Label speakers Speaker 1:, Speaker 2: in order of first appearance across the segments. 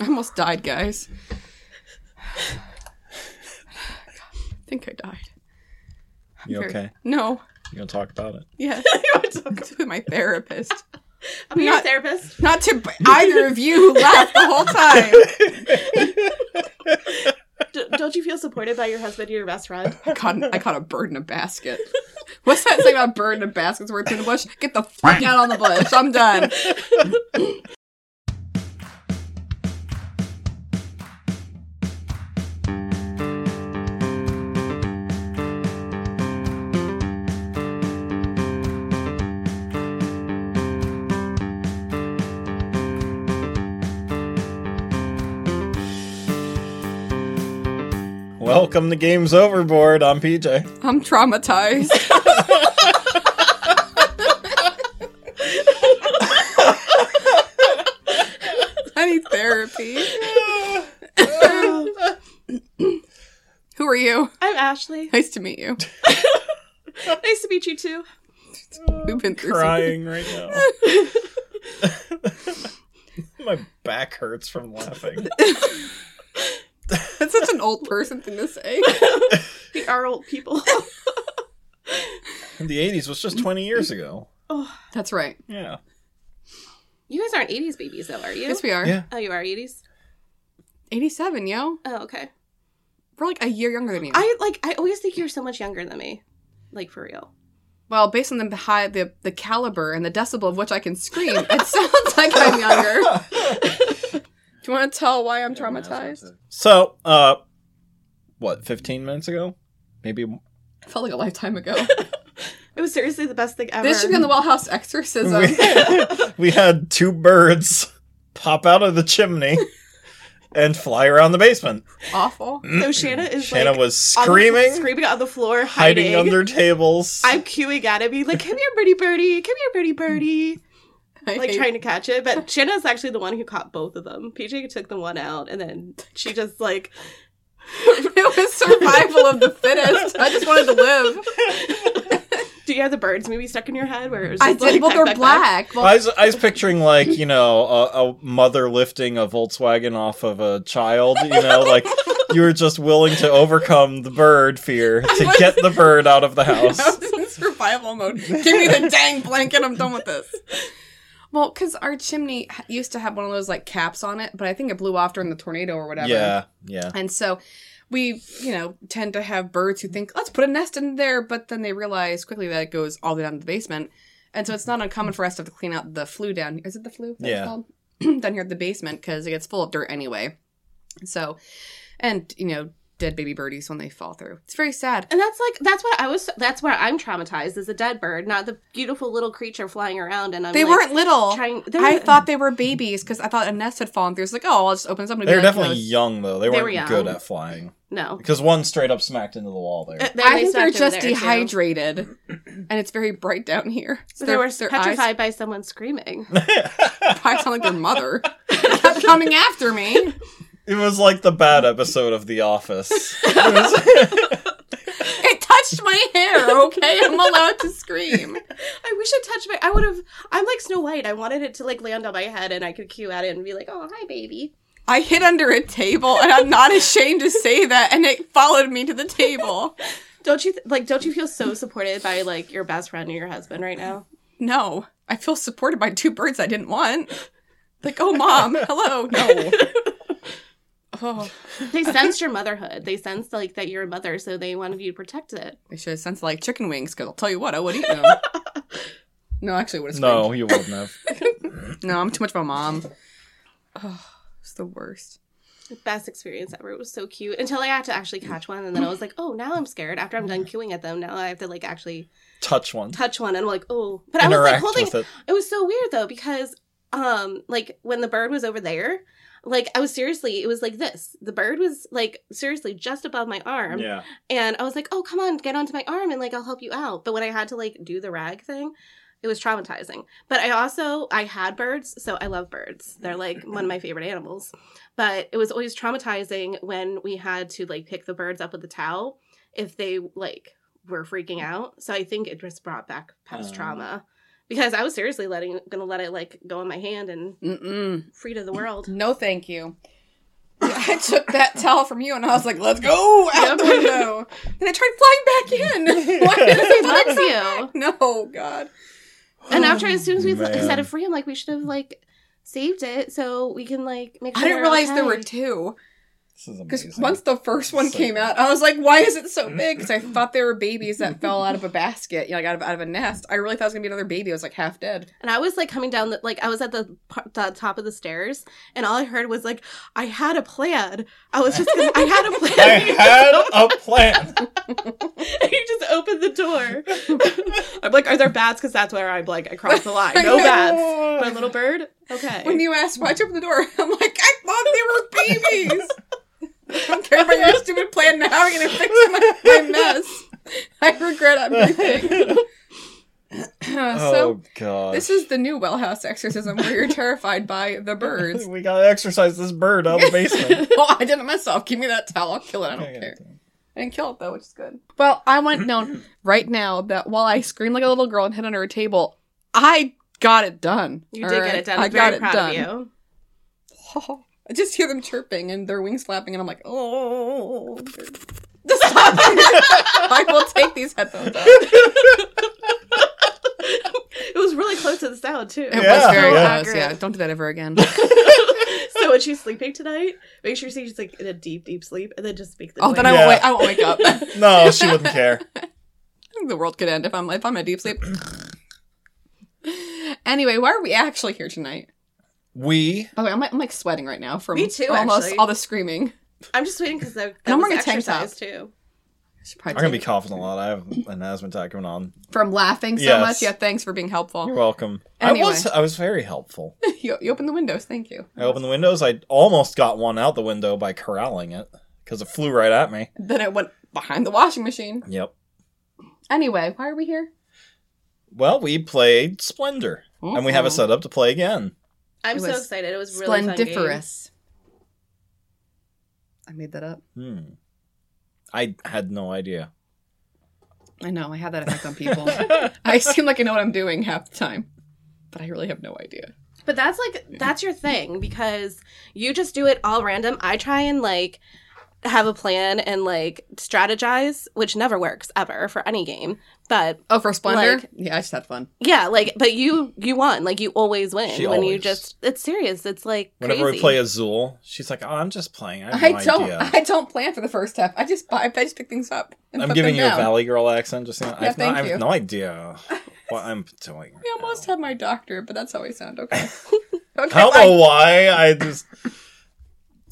Speaker 1: almost died, guys. I think I died. I'm
Speaker 2: You
Speaker 1: very-
Speaker 2: okay?
Speaker 1: No.
Speaker 2: You gonna talk about it?
Speaker 1: Yes. to my therapist.
Speaker 3: I'm your
Speaker 1: Not-
Speaker 3: therapist.
Speaker 1: Not to b- either of you who laughed the whole time.
Speaker 3: D- don't you feel supported by your husband, your best friend?
Speaker 1: I caught, I caught a bird in a basket. What's that thing about bird in a basket's worth in the bush? Get the fuck out on the bush. I'm done.
Speaker 2: Welcome to Games Overboard. I'm PJ.
Speaker 1: I'm traumatized. I need therapy. Who are you?
Speaker 3: Uh, I'm Ashley.
Speaker 1: Nice to meet you.
Speaker 3: Nice to meet you too.
Speaker 1: We've been through some-
Speaker 2: Crying right now. My back hurts from laughing.
Speaker 1: That's such an old person thing to say.
Speaker 3: We are old people.
Speaker 2: The 80s was just 20 years ago.
Speaker 3: oh,
Speaker 1: That's right.
Speaker 2: Yeah.
Speaker 3: you guys aren't 80s babies though, are you?
Speaker 1: Yes, we are.
Speaker 2: Yeah.
Speaker 3: Oh, you are 80s.
Speaker 1: 87, yo.
Speaker 3: Oh, okay.
Speaker 1: We're like a year younger than you.
Speaker 3: I like. I always think you're so much younger than me. Like for real.
Speaker 1: Well, based on the high, the the caliber and the decibel of which I can scream, it sounds like I'm younger. Do you want to tell why I'm traumatized?
Speaker 2: So, uh, what, 15 minutes ago? Maybe.
Speaker 1: It felt like a lifetime ago.
Speaker 3: It was seriously the best thing ever.
Speaker 1: this should be on the Well House Exorcism.
Speaker 2: We, we had two birds pop out of the chimney and fly around the basement.
Speaker 1: Awful.
Speaker 3: So Shanna is
Speaker 2: Shanna
Speaker 3: like
Speaker 2: was
Speaker 3: on the-
Speaker 2: screaming,
Speaker 3: screaming on the floor, hiding.
Speaker 2: hiding under tables.
Speaker 3: I'm queuing at him, being like, "Come here, birdie, birdie! Come here, birdie, birdie!"
Speaker 1: I
Speaker 3: Like
Speaker 1: hate-
Speaker 3: trying to catch it, but Shanna's actually the one who caught both of them. PJ took the one out, and then she just like
Speaker 1: it was survival of the fittest. I just wanted to live.
Speaker 3: Do you have the birds movie stuck in your head? Where it was
Speaker 1: I
Speaker 3: just like,
Speaker 1: did. Well,
Speaker 3: peck,
Speaker 1: they're
Speaker 3: peck, peck?
Speaker 1: black. Well,
Speaker 2: I was, I was picturing like you know a, a mother lifting a Volkswagen off of a child. You know, like you were just willing to overcome the bird fear to get the bird out of the
Speaker 1: I
Speaker 2: house.
Speaker 1: was in survival mode. Give me the dang blanket. I'm done with this. Well, because our chimney h- used to have one of those like caps on it, but I think it blew off during the tornado or whatever.
Speaker 2: Yeah, yeah.
Speaker 1: And so we, you know, tend to have birds who think, let's put a nest in there, but then they realize quickly that it goes all the way down to the basement. And so it's not uncommon for us to have to clean out the flue down. Is it the flue? that it's
Speaker 2: Yeah.
Speaker 1: called? down here at the basement because it gets full of dirt anyway. So, and you know, dead baby birdies when they fall through. It's very sad.
Speaker 3: And that's like that's what I was. That's where I'm traumatized is a dead bird, not the beautiful little creature flying around. And I'm
Speaker 1: they
Speaker 3: like,
Speaker 1: weren't little.
Speaker 3: trying. they're-
Speaker 1: I thought they were babies because I thought a nest had fallen through. It's like, oh, I'll just open this up. And
Speaker 2: They were
Speaker 1: it'll be like, no,
Speaker 2: definitely
Speaker 1: it's-
Speaker 2: young though. They
Speaker 3: They were
Speaker 2: weren't good
Speaker 3: young.
Speaker 2: at flying
Speaker 3: no.
Speaker 2: because one straight up smacked into the wall there.
Speaker 3: They-
Speaker 1: I think
Speaker 3: smacked
Speaker 1: they're
Speaker 3: over
Speaker 1: just
Speaker 3: there, too.
Speaker 1: dehydrated, and it's very bright down here. So
Speaker 3: So they
Speaker 1: their-
Speaker 3: were
Speaker 1: their eyes
Speaker 3: petrified by someone screaming.
Speaker 1: probably sound like their mother. Stop coming after me.
Speaker 2: it was like the bad episode of The Office.
Speaker 1: It touched my hair, okay? I'm allowed to scream.
Speaker 3: I wish it touched my. I would have. I'm like Snow White. I wanted it to like land on my head, and I could cue at it and be like, "Oh, hi, baby."
Speaker 1: I hid under a table and I'm not ashamed to say that and it followed me to the table.
Speaker 3: Don't you th- like? Don't you feel so supported by like your best friend and your husband right now?
Speaker 1: No. I feel supported by two birds I didn't want. Like, oh mom, hello. No. Oh,
Speaker 3: They sensed your motherhood. They sensed like that you're a mother, so they wanted you to protect it.
Speaker 1: I should have sent like chicken wings because I'll tell you what, I would eat them. No, actually, I would have
Speaker 2: no, you wouldn't have.
Speaker 1: No, I'm too much of a mom. Oh, it's the worst.
Speaker 3: The best experience ever. It was so cute until I had to actually catch one, and then I was like, "Oh, now I'm scared." After I'm done queuing at them, now I have to like actually
Speaker 2: Touch one.
Speaker 3: touch one, and I'm like, "Oh," but I was like
Speaker 2: Interact
Speaker 3: holding.
Speaker 2: with it.
Speaker 3: It was so weird though because, um, like when the bird was over there, like I was seriously, it was like this. The bird was like seriously just above my arm,
Speaker 2: Yeah.
Speaker 3: and I was like, "Oh, come on, get onto my arm, and like I'll help you out." But when I had to like do the rag thing. It was traumatizing, but I also I had birds, so I love birds. They're like one of my favorite animals. But it was always traumatizing when we had to like pick the birds up with the towel if they like were freaking out. So I think it just brought back past
Speaker 2: Oh.
Speaker 3: trauma because I was seriously letting gonna let it like go in my hand and
Speaker 1: Mm-mm.
Speaker 3: free to the world.
Speaker 1: No, thank you. I took that towel from you and I was like, let's go out the
Speaker 3: Yep.
Speaker 1: window. Then I tried flying back in. Why did
Speaker 3: Because
Speaker 1: it
Speaker 3: he loves you.
Speaker 1: No, God.
Speaker 3: And after, as soon as we
Speaker 2: Um, Man.
Speaker 3: set it free, I'm like, we should have like saved it so we can like make. Sure
Speaker 1: I didn't
Speaker 3: they're
Speaker 1: realize there
Speaker 3: okay.
Speaker 1: were two.
Speaker 2: This is
Speaker 1: Because
Speaker 2: amazing.
Speaker 1: once the first one
Speaker 2: So
Speaker 1: came
Speaker 2: good.
Speaker 1: out, I was like, why is it so big? Because I thought they were babies that fell out of a basket, you know, like out of, out of a nest. I really thought it was going to be another baby. I was like half dead.
Speaker 3: And I was like coming down the like I was at the, par- the top of the stairs, and all I heard was like, I had a plan. I was just gonna, I had a
Speaker 2: I
Speaker 3: plan.
Speaker 2: had a plan.
Speaker 3: And you just opened the door. I'm like, are there bats? Because that's where I'm like, I crossed the line. No
Speaker 1: I know.
Speaker 3: bats. My little bird. Okay.
Speaker 1: When you asked, why'd you open the door? I'm like, I thought they were babies. I don't care about your stupid plan now. I'm going to fix my, my mess. I regret everything. so,
Speaker 2: oh god.
Speaker 1: This is the new well house exorcism where you're terrified by the birds.
Speaker 2: we gotta exercise this bird out of the basement.
Speaker 1: oh, I did it myself. Give me that towel. I'll kill it. I don't care. I didn't kill it though, which is good. Well, I want known right now that while I screamed like a little girl and hid under a table, I got it done.
Speaker 3: You
Speaker 1: All
Speaker 3: did
Speaker 1: right?
Speaker 3: get it done.
Speaker 1: I
Speaker 3: I'm
Speaker 1: got
Speaker 3: very
Speaker 1: it
Speaker 3: proud
Speaker 1: done.
Speaker 3: of you.
Speaker 1: Oh, I just hear them chirping and their wings flapping, and I'm like, oh. Stop. I will take these headphones off.
Speaker 3: It was really close to the sound too.
Speaker 1: It
Speaker 2: Yeah,
Speaker 1: was very
Speaker 2: yeah.
Speaker 1: close. Yeah, don't do that ever again.
Speaker 3: so when she's sleeping tonight, make sure she's like in a deep, deep sleep, and then just speak the.
Speaker 1: Oh, then
Speaker 3: noise.
Speaker 1: I won't
Speaker 2: Yeah.
Speaker 1: wake. I won't wake up. I
Speaker 2: No, she wouldn't care.
Speaker 1: think the world could end if I'm if I'm in a deep sleep. anyway, why are we actually here tonight?
Speaker 2: We
Speaker 1: By the way, I'm like, I'm like sweating right now from
Speaker 3: Me too,
Speaker 1: almost
Speaker 3: actually.
Speaker 1: all the screaming.
Speaker 3: I'm just waiting because that, that
Speaker 1: I'm
Speaker 3: I'm
Speaker 1: wearing
Speaker 3: was
Speaker 1: a tank top.
Speaker 3: exercise too.
Speaker 1: I should probably
Speaker 2: I'm gonna be
Speaker 1: take-
Speaker 2: coughing a lot. I have an asthma attack going on.
Speaker 1: from laughing so
Speaker 2: Yes.
Speaker 1: much. Yeah, thanks for being
Speaker 2: You're
Speaker 1: helpful.
Speaker 2: welcome. I was
Speaker 1: Oh. Anyway.
Speaker 2: I was very helpful.
Speaker 1: you, you opened the windows. Thank you.
Speaker 2: I opened the windows. I almost got one out the window by corralling it because it flew right at me.
Speaker 1: Then it went behind the washing machine.
Speaker 2: Yep.
Speaker 1: Anyway, why are we here?
Speaker 2: Well, we played Splendor, and we have it
Speaker 1: Mhm.
Speaker 2: set up to play again.
Speaker 3: I'm
Speaker 1: It
Speaker 3: so
Speaker 1: was
Speaker 3: excited. It was really fun game.
Speaker 1: Splendiferous. I made that up.
Speaker 2: Hmm. I had no idea.
Speaker 1: I know. I have that effect on people. I seem like I know what I'm doing half the time, but I really have no idea.
Speaker 3: But that's like that's your thing because you just do it all random. I try and like have a plan and like strategize, which never works ever for any game. But
Speaker 1: Oh, for Splendor?
Speaker 3: Like-
Speaker 1: yeah, I just had fun.
Speaker 3: yeah, like but you you won. Like you always win
Speaker 2: She
Speaker 3: when you
Speaker 2: always-
Speaker 3: just it's serious. It's like
Speaker 2: Whenever
Speaker 3: crazy.
Speaker 2: we play Azul, she's like, "Oh, I'm just playing. I have
Speaker 1: I
Speaker 2: no
Speaker 1: don't.
Speaker 2: idea."
Speaker 1: I don't plan for the first half. I just buy. I just pick things up. And
Speaker 2: I'm
Speaker 1: put
Speaker 2: giving you
Speaker 1: them
Speaker 2: a
Speaker 1: down.
Speaker 2: Valley Girl accent. Just saying, I, have no,
Speaker 1: thank
Speaker 2: I
Speaker 1: you.
Speaker 2: have no idea what I'm doing.
Speaker 1: We
Speaker 2: right
Speaker 1: almost
Speaker 2: now.
Speaker 1: had my doctor, but that's how I sound. Okay.
Speaker 2: I
Speaker 1: okay
Speaker 2: don't know
Speaker 1: fine.
Speaker 2: why. I just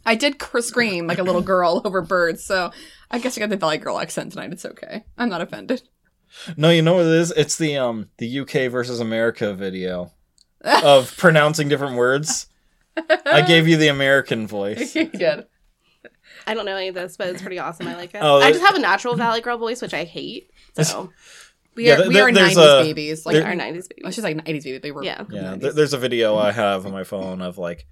Speaker 1: I did cr- scream like a little girl over birds, so I guess I got the Valley Girl accent tonight. It's okay. I'm not offended.
Speaker 2: no. You know what it is? It's the um the UK versus America video of pronouncing different words. I gave you the American voice.
Speaker 1: you did.
Speaker 3: I don't know any of this, but it's pretty awesome. I like it.
Speaker 2: Oh,
Speaker 3: I
Speaker 2: that-
Speaker 3: just have a natural Valley Girl voice, which I hate. So
Speaker 1: We
Speaker 2: Yeah,
Speaker 1: are,
Speaker 2: there-
Speaker 1: we are
Speaker 2: there's
Speaker 1: 90s
Speaker 2: a-
Speaker 1: babies. Like
Speaker 2: there-
Speaker 1: our
Speaker 3: our
Speaker 1: ni-
Speaker 3: nineties
Speaker 1: oh,
Speaker 3: baby.
Speaker 1: she's like 80s baby. They were
Speaker 3: Yeah.
Speaker 2: Yeah, th-
Speaker 1: 90s.
Speaker 2: there's a video I have on my phone of like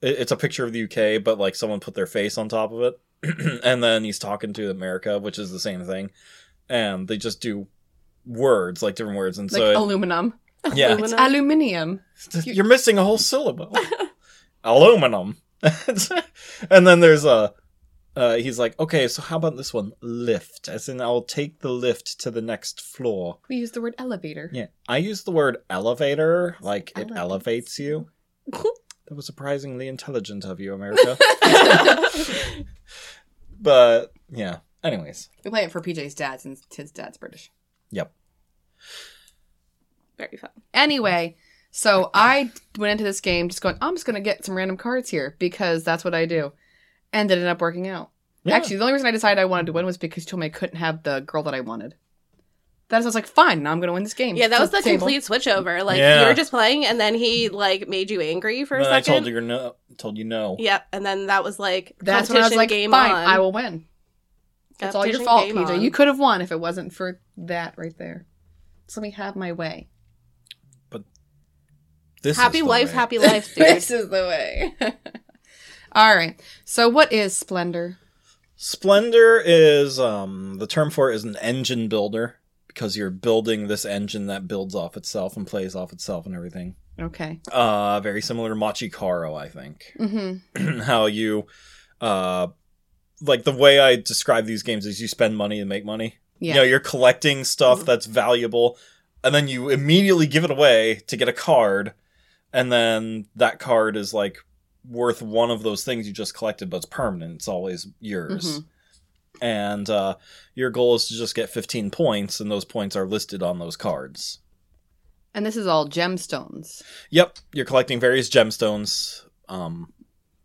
Speaker 2: it- it's a picture of the UK, but like someone put their face on top of it, and then he's talking to America, which is the same thing, and they just do words like different words, and
Speaker 1: like
Speaker 2: so it-
Speaker 1: aluminum.
Speaker 2: yeah,
Speaker 1: It's
Speaker 3: Aluminum.
Speaker 1: aluminium.
Speaker 2: you're missing a whole syllable. Aluminum. and then there's a uh, he's like, okay, so how about this one? Lift, as in I'll take the lift to the next floor.
Speaker 1: We use the word elevator.
Speaker 2: Yeah, I use the word elevator, like it
Speaker 1: Elevates.
Speaker 2: elevates you. that was surprisingly intelligent of you, America. but yeah, anyways,
Speaker 1: We play it for PJ's dad since his dad's British.
Speaker 2: yep.
Speaker 3: Very fun.
Speaker 1: Anyway, so I went into this game just going, I'm just going to get some random cards here because that's what I do. And it ended up working out.
Speaker 2: Yeah.
Speaker 1: Actually, the only reason I decided I wanted to win was because you told me I couldn't have the girl that I wanted. That's I was like, fine, now I'm going to win this game.
Speaker 3: Yeah, that was the
Speaker 1: Table.
Speaker 3: complete switch over. Like
Speaker 2: Yeah.
Speaker 3: you were just playing, and then he like made you angry for a
Speaker 2: And then I
Speaker 3: second.
Speaker 2: told you no, told you no.
Speaker 3: Yep, and then that was like
Speaker 1: That's when I
Speaker 3: competition
Speaker 1: was like,
Speaker 3: game
Speaker 1: fine,
Speaker 3: on.
Speaker 1: I will win. It's all your
Speaker 3: Competition
Speaker 1: fault, PJ.
Speaker 3: game on.
Speaker 1: You could have won if it wasn't for that right there. So let me have my way.
Speaker 2: This
Speaker 3: happy
Speaker 2: is the
Speaker 3: wife,
Speaker 2: way.
Speaker 3: happy life, dude.
Speaker 1: This is the way. all right. So what is splendor?
Speaker 2: Splendor is um the term for it is an engine builder because you're building this engine that builds off itself and plays off itself and everything.
Speaker 1: Okay.
Speaker 2: Uh, very similar to Machikaro, I think.
Speaker 1: Mm-hmm.
Speaker 2: how you uh, like the way I describe these games is you spend money and make
Speaker 1: Yeah.
Speaker 2: money.
Speaker 1: Mm-hmm.
Speaker 2: You know, you're collecting stuff
Speaker 3: Mhm.
Speaker 2: that's valuable, and then you immediately give it away to get a card, and then that card is like worth one of those things you just collected, but it's permanent. It's always yours.
Speaker 1: Mm-hmm.
Speaker 2: And uh, your goal is to just get 15 points, and those points are listed on those cards.
Speaker 1: And this is all gemstones.
Speaker 2: Yep, you're collecting various gemstones, um,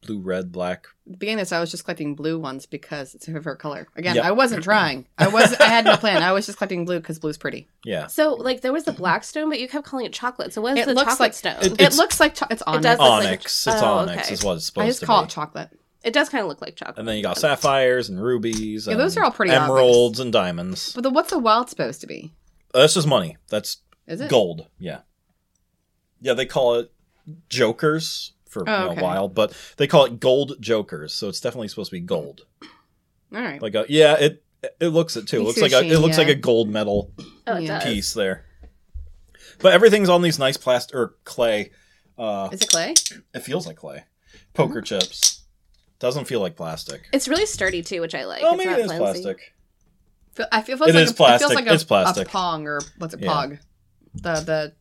Speaker 2: blue, red, black.
Speaker 1: At the beginning of this, I was just collecting blue ones because it's my favorite color. Again,
Speaker 2: Yep.
Speaker 1: I wasn't trying. I was I had no plan. I was just collecting blue because blue's pretty.
Speaker 2: Yeah,
Speaker 3: So like there was the black stone, but you kept calling it chocolate. So what is
Speaker 1: It
Speaker 3: the
Speaker 1: looks
Speaker 3: chocolate
Speaker 1: like-
Speaker 3: stone?
Speaker 2: It-
Speaker 3: It,
Speaker 1: It
Speaker 2: It's-
Speaker 1: looks like cho- it's onyx.
Speaker 3: does look like-
Speaker 2: onyx. it's
Speaker 3: oh,
Speaker 2: onyx
Speaker 3: okay.
Speaker 2: is what it's supposed
Speaker 1: I just
Speaker 2: to
Speaker 1: call
Speaker 2: be.
Speaker 1: it chocolate.
Speaker 3: does kind of look like chocolate.
Speaker 2: and then you got sapphires and rubies.
Speaker 1: Yeah,
Speaker 2: and
Speaker 1: those are all pretty
Speaker 2: emeralds and diamonds.
Speaker 1: But the, what's the wild supposed to be?
Speaker 2: Uh, That's just money. That's
Speaker 1: Is it
Speaker 2: gold. Yeah, yeah. They call it jokers for
Speaker 1: Oh,
Speaker 2: you know,
Speaker 1: okay.
Speaker 2: a while, but they call it gold jokers. So it's definitely supposed to be gold.
Speaker 1: All right.
Speaker 2: Like a, yeah, it it looks it too. It
Speaker 1: You
Speaker 2: looks
Speaker 1: see
Speaker 2: like
Speaker 1: the
Speaker 2: a, it
Speaker 1: sheen,
Speaker 2: looks like
Speaker 1: yeah.
Speaker 2: a gold medal
Speaker 3: Oh, it
Speaker 1: Yeah.
Speaker 3: does.
Speaker 2: piece there. But everything's on these nice plastic or clay. Uh,
Speaker 1: is it clay?
Speaker 2: it feels like clay. Poker
Speaker 1: Mm-hmm.
Speaker 2: chips. Doesn't feel like plastic.
Speaker 3: It's really sturdy too, which I like.
Speaker 2: oh,
Speaker 3: it's
Speaker 2: maybe
Speaker 3: not
Speaker 2: it is
Speaker 3: flimsy.
Speaker 2: plastic.
Speaker 1: Fe- I feel it feels
Speaker 2: It
Speaker 1: like
Speaker 2: is
Speaker 1: a,
Speaker 2: plastic.
Speaker 1: It feels like a,
Speaker 2: It's plastic.
Speaker 1: a pong or what's it?
Speaker 2: Yeah.
Speaker 1: Pog. The the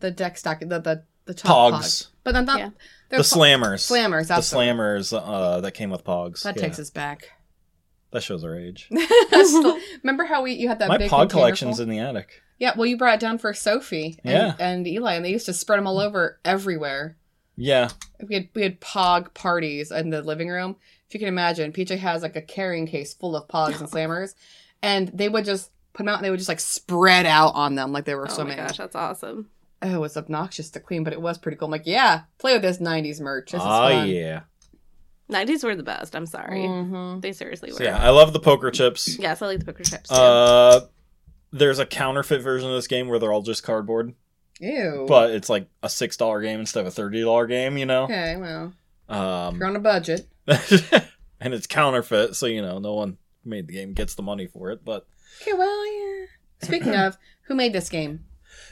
Speaker 1: the deck stock. The the the top
Speaker 2: Pogs.
Speaker 1: Pog. But I'm not.
Speaker 3: Yeah.
Speaker 1: they're
Speaker 2: the
Speaker 1: po-
Speaker 2: slammers.
Speaker 1: slammers.
Speaker 2: The
Speaker 1: absolutely.
Speaker 2: slammers uh, that came with Pogs.
Speaker 1: That
Speaker 2: Yeah.
Speaker 1: takes us back.
Speaker 2: That shows our age.
Speaker 1: Sl- Remember how we you had that
Speaker 2: My
Speaker 1: big
Speaker 2: Pog
Speaker 1: container
Speaker 2: collection's
Speaker 1: full?
Speaker 2: in the attic.
Speaker 1: yeah, well, you brought it down for Sophie and,
Speaker 2: Yeah.
Speaker 1: and Eli, and they used to spread them all over everywhere.
Speaker 2: Yeah,
Speaker 1: We had we had Pog parties in the living room. If you can imagine, PJ has like a carrying case full of Pogs and Slammers, and they would just put them out, and they would just like spread out on them like they were
Speaker 3: Oh
Speaker 1: so
Speaker 3: my
Speaker 1: many.
Speaker 3: gosh, that's awesome.
Speaker 1: Oh, it was obnoxious to clean, but it was pretty cool. I'm like, yeah, play with this '90s merch. This is
Speaker 2: ah,
Speaker 1: fun.
Speaker 2: yeah,
Speaker 3: Nineties were the best. I'm sorry,
Speaker 1: Mhm.
Speaker 3: they seriously
Speaker 2: Mm. So,
Speaker 3: were.
Speaker 2: yeah. I love the poker chips.
Speaker 3: Yes, I like the poker chips. Too.
Speaker 2: Uh, there's a counterfeit version of this game where they're all just cardboard,
Speaker 1: Ew.
Speaker 2: but it's like a six dollar game instead of a thirty dollar game. You know,
Speaker 1: okay, well,
Speaker 2: um,
Speaker 1: you're on a budget.
Speaker 2: and it's counterfeit, so you know no one who made the game gets the money for it. But
Speaker 1: Okay, well, yeah. Speaking of, who made this game?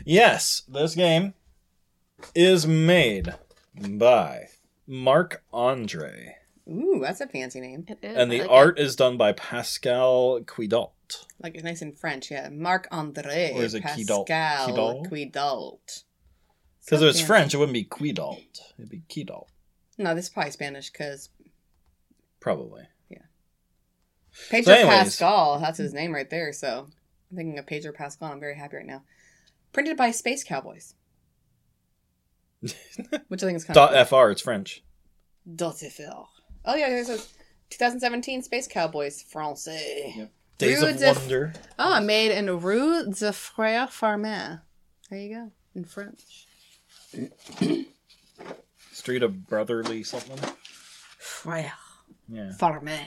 Speaker 2: yes, this game is made by Marc Andre.
Speaker 1: Ooh, that's a fancy name.
Speaker 3: It is,
Speaker 2: and
Speaker 3: I
Speaker 2: the
Speaker 3: like
Speaker 2: art is done by Pascal Cuidot.
Speaker 1: Like it's nice in French, yeah. Marc André
Speaker 2: Or is it
Speaker 1: Pascal
Speaker 2: Quidalt? Quidalt?
Speaker 1: Quidalt.
Speaker 2: Because
Speaker 1: So
Speaker 2: if it's
Speaker 1: fancy.
Speaker 2: French, it wouldn't be Cuidot. It'd be Quidot,
Speaker 1: No, this is probably Spanish because
Speaker 2: probably.
Speaker 1: Pedro
Speaker 2: anyways.
Speaker 1: Pascal, that's his name right there. So I'm thinking of Pedro Pascal. and I'm very happy right now. Printed by Space Cowboys, which I think is kind of
Speaker 2: Dot fr. It's French.
Speaker 1: Dot FR. Oh yeah, there's a 2017 Space Cowboys Francais.
Speaker 2: Yep. Days
Speaker 1: Rudes
Speaker 2: of
Speaker 1: if-
Speaker 2: Wonder.
Speaker 1: Ah, made in Rue de Frère Farmer. There you go, in French.
Speaker 2: Street of Brotherly something.
Speaker 1: Frère
Speaker 2: Yeah.
Speaker 1: Farmer.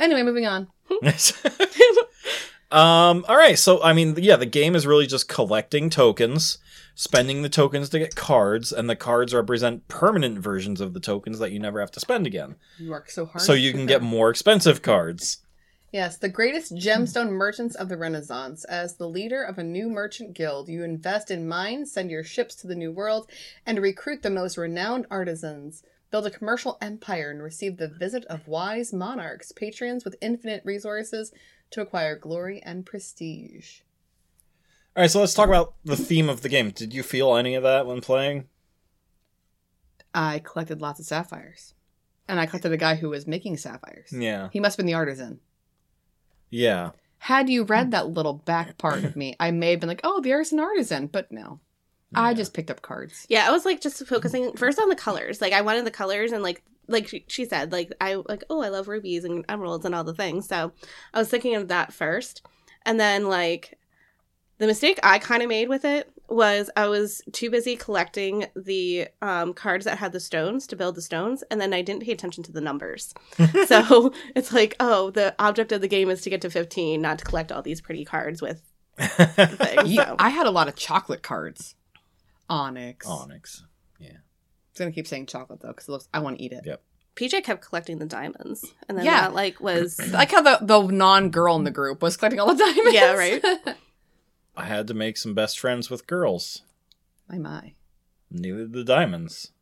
Speaker 1: Anyway, moving on.
Speaker 2: um. All right. So I mean, yeah, the game is really just collecting tokens, spending the tokens to get cards, and the cards represent permanent versions of the tokens that you never have to spend again.
Speaker 1: You work so hard.
Speaker 2: So you can get more expensive cards.
Speaker 1: Yes, the greatest gemstone merchants of the Renaissance. As the leader of a new merchant guild, you invest in mines, send your ships to the New World, and recruit the most renowned artisans. Build a commercial empire and receive the visit of wise monarchs, patrons with infinite resources to acquire glory and prestige.
Speaker 2: All right, so let's talk about the theme of the game. Did you feel any of that when playing?
Speaker 1: I collected lots of sapphires. And I collected a guy who was making sapphires.
Speaker 2: Yeah.
Speaker 1: He must have been the artisan.
Speaker 2: Yeah.
Speaker 1: Had you read
Speaker 2: Hmm.
Speaker 1: that little back part of me, I may have been like, oh, there's an artisan. But no, I
Speaker 2: Yeah.
Speaker 1: just picked up cards.
Speaker 3: Yeah, I was like just focusing first on the colors. Like I wanted the colors and like like she- she said like I like oh I love rubies and emeralds and all the things. So I was thinking of that first. And then like the mistake I kind of made with it was I was too busy collecting the um, cards that had the stones to build the stones and then I didn't pay attention to the numbers. so it's like oh the object of the game is to get to 15 not to collect all these pretty cards with things.
Speaker 1: Yeah,
Speaker 3: So.
Speaker 1: I had a lot of chocolate cards. Onyx.
Speaker 2: Onyx.
Speaker 1: It's going to keep saying chocolate, though, because it looks, I want to eat it.
Speaker 2: Yeah.
Speaker 3: PJ kept collecting the diamonds and then
Speaker 1: Yeah.
Speaker 3: that like was
Speaker 1: I like how the, the non girl in the group was collecting all the diamonds.
Speaker 3: Yeah, right.
Speaker 2: I had to make some best friends with girls.
Speaker 1: my, my.
Speaker 2: Neither the diamonds.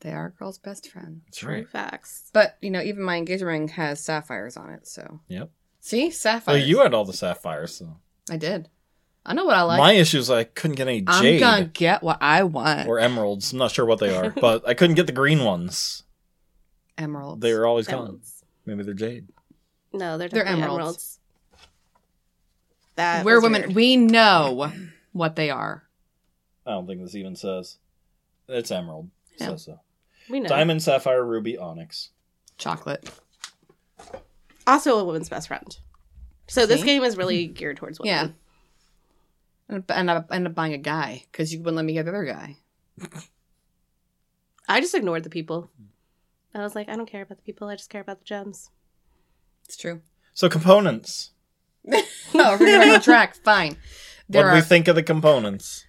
Speaker 1: They are a girl's best friend.
Speaker 2: That's right.
Speaker 3: Facts.
Speaker 1: But, you know, even my engagement ring has sapphires on it, so.
Speaker 2: Yep.
Speaker 1: See?
Speaker 2: Well,
Speaker 1: Sapphires.
Speaker 2: you had all the sapphires. So.
Speaker 1: I did. I know what I like.
Speaker 2: My issue is I couldn't get any
Speaker 1: I'm
Speaker 2: jade
Speaker 1: gonna get what I want.
Speaker 2: or emeralds. I'm not sure what they are, but I couldn't get the green ones.
Speaker 1: emeralds.
Speaker 2: They were always gone.
Speaker 3: Emeralds.
Speaker 2: Maybe they're jade.
Speaker 3: No, they're,
Speaker 1: They're
Speaker 3: definitely
Speaker 1: emeralds.
Speaker 3: emeralds. That
Speaker 1: we're
Speaker 3: was
Speaker 1: women.
Speaker 3: weird.
Speaker 1: We know what they are.
Speaker 2: I don't think this even says. It's emerald. It
Speaker 1: Yeah.
Speaker 2: Says so.
Speaker 3: We know.
Speaker 2: Diamond, sapphire, ruby, onyx.
Speaker 1: Chocolate.
Speaker 3: Also a woman's best friend. So this
Speaker 1: See?
Speaker 3: game is really geared towards women.
Speaker 1: Yeah. And I end up, end up buying a guy because you wouldn't let me get the other guy.
Speaker 3: I just ignored the people. I was like, I don't care about the people. I just care about the gems.
Speaker 1: It's true.
Speaker 2: So components.
Speaker 1: No, if Oh, we're going on track. Fine. There
Speaker 2: what do
Speaker 1: are
Speaker 2: we think of the components?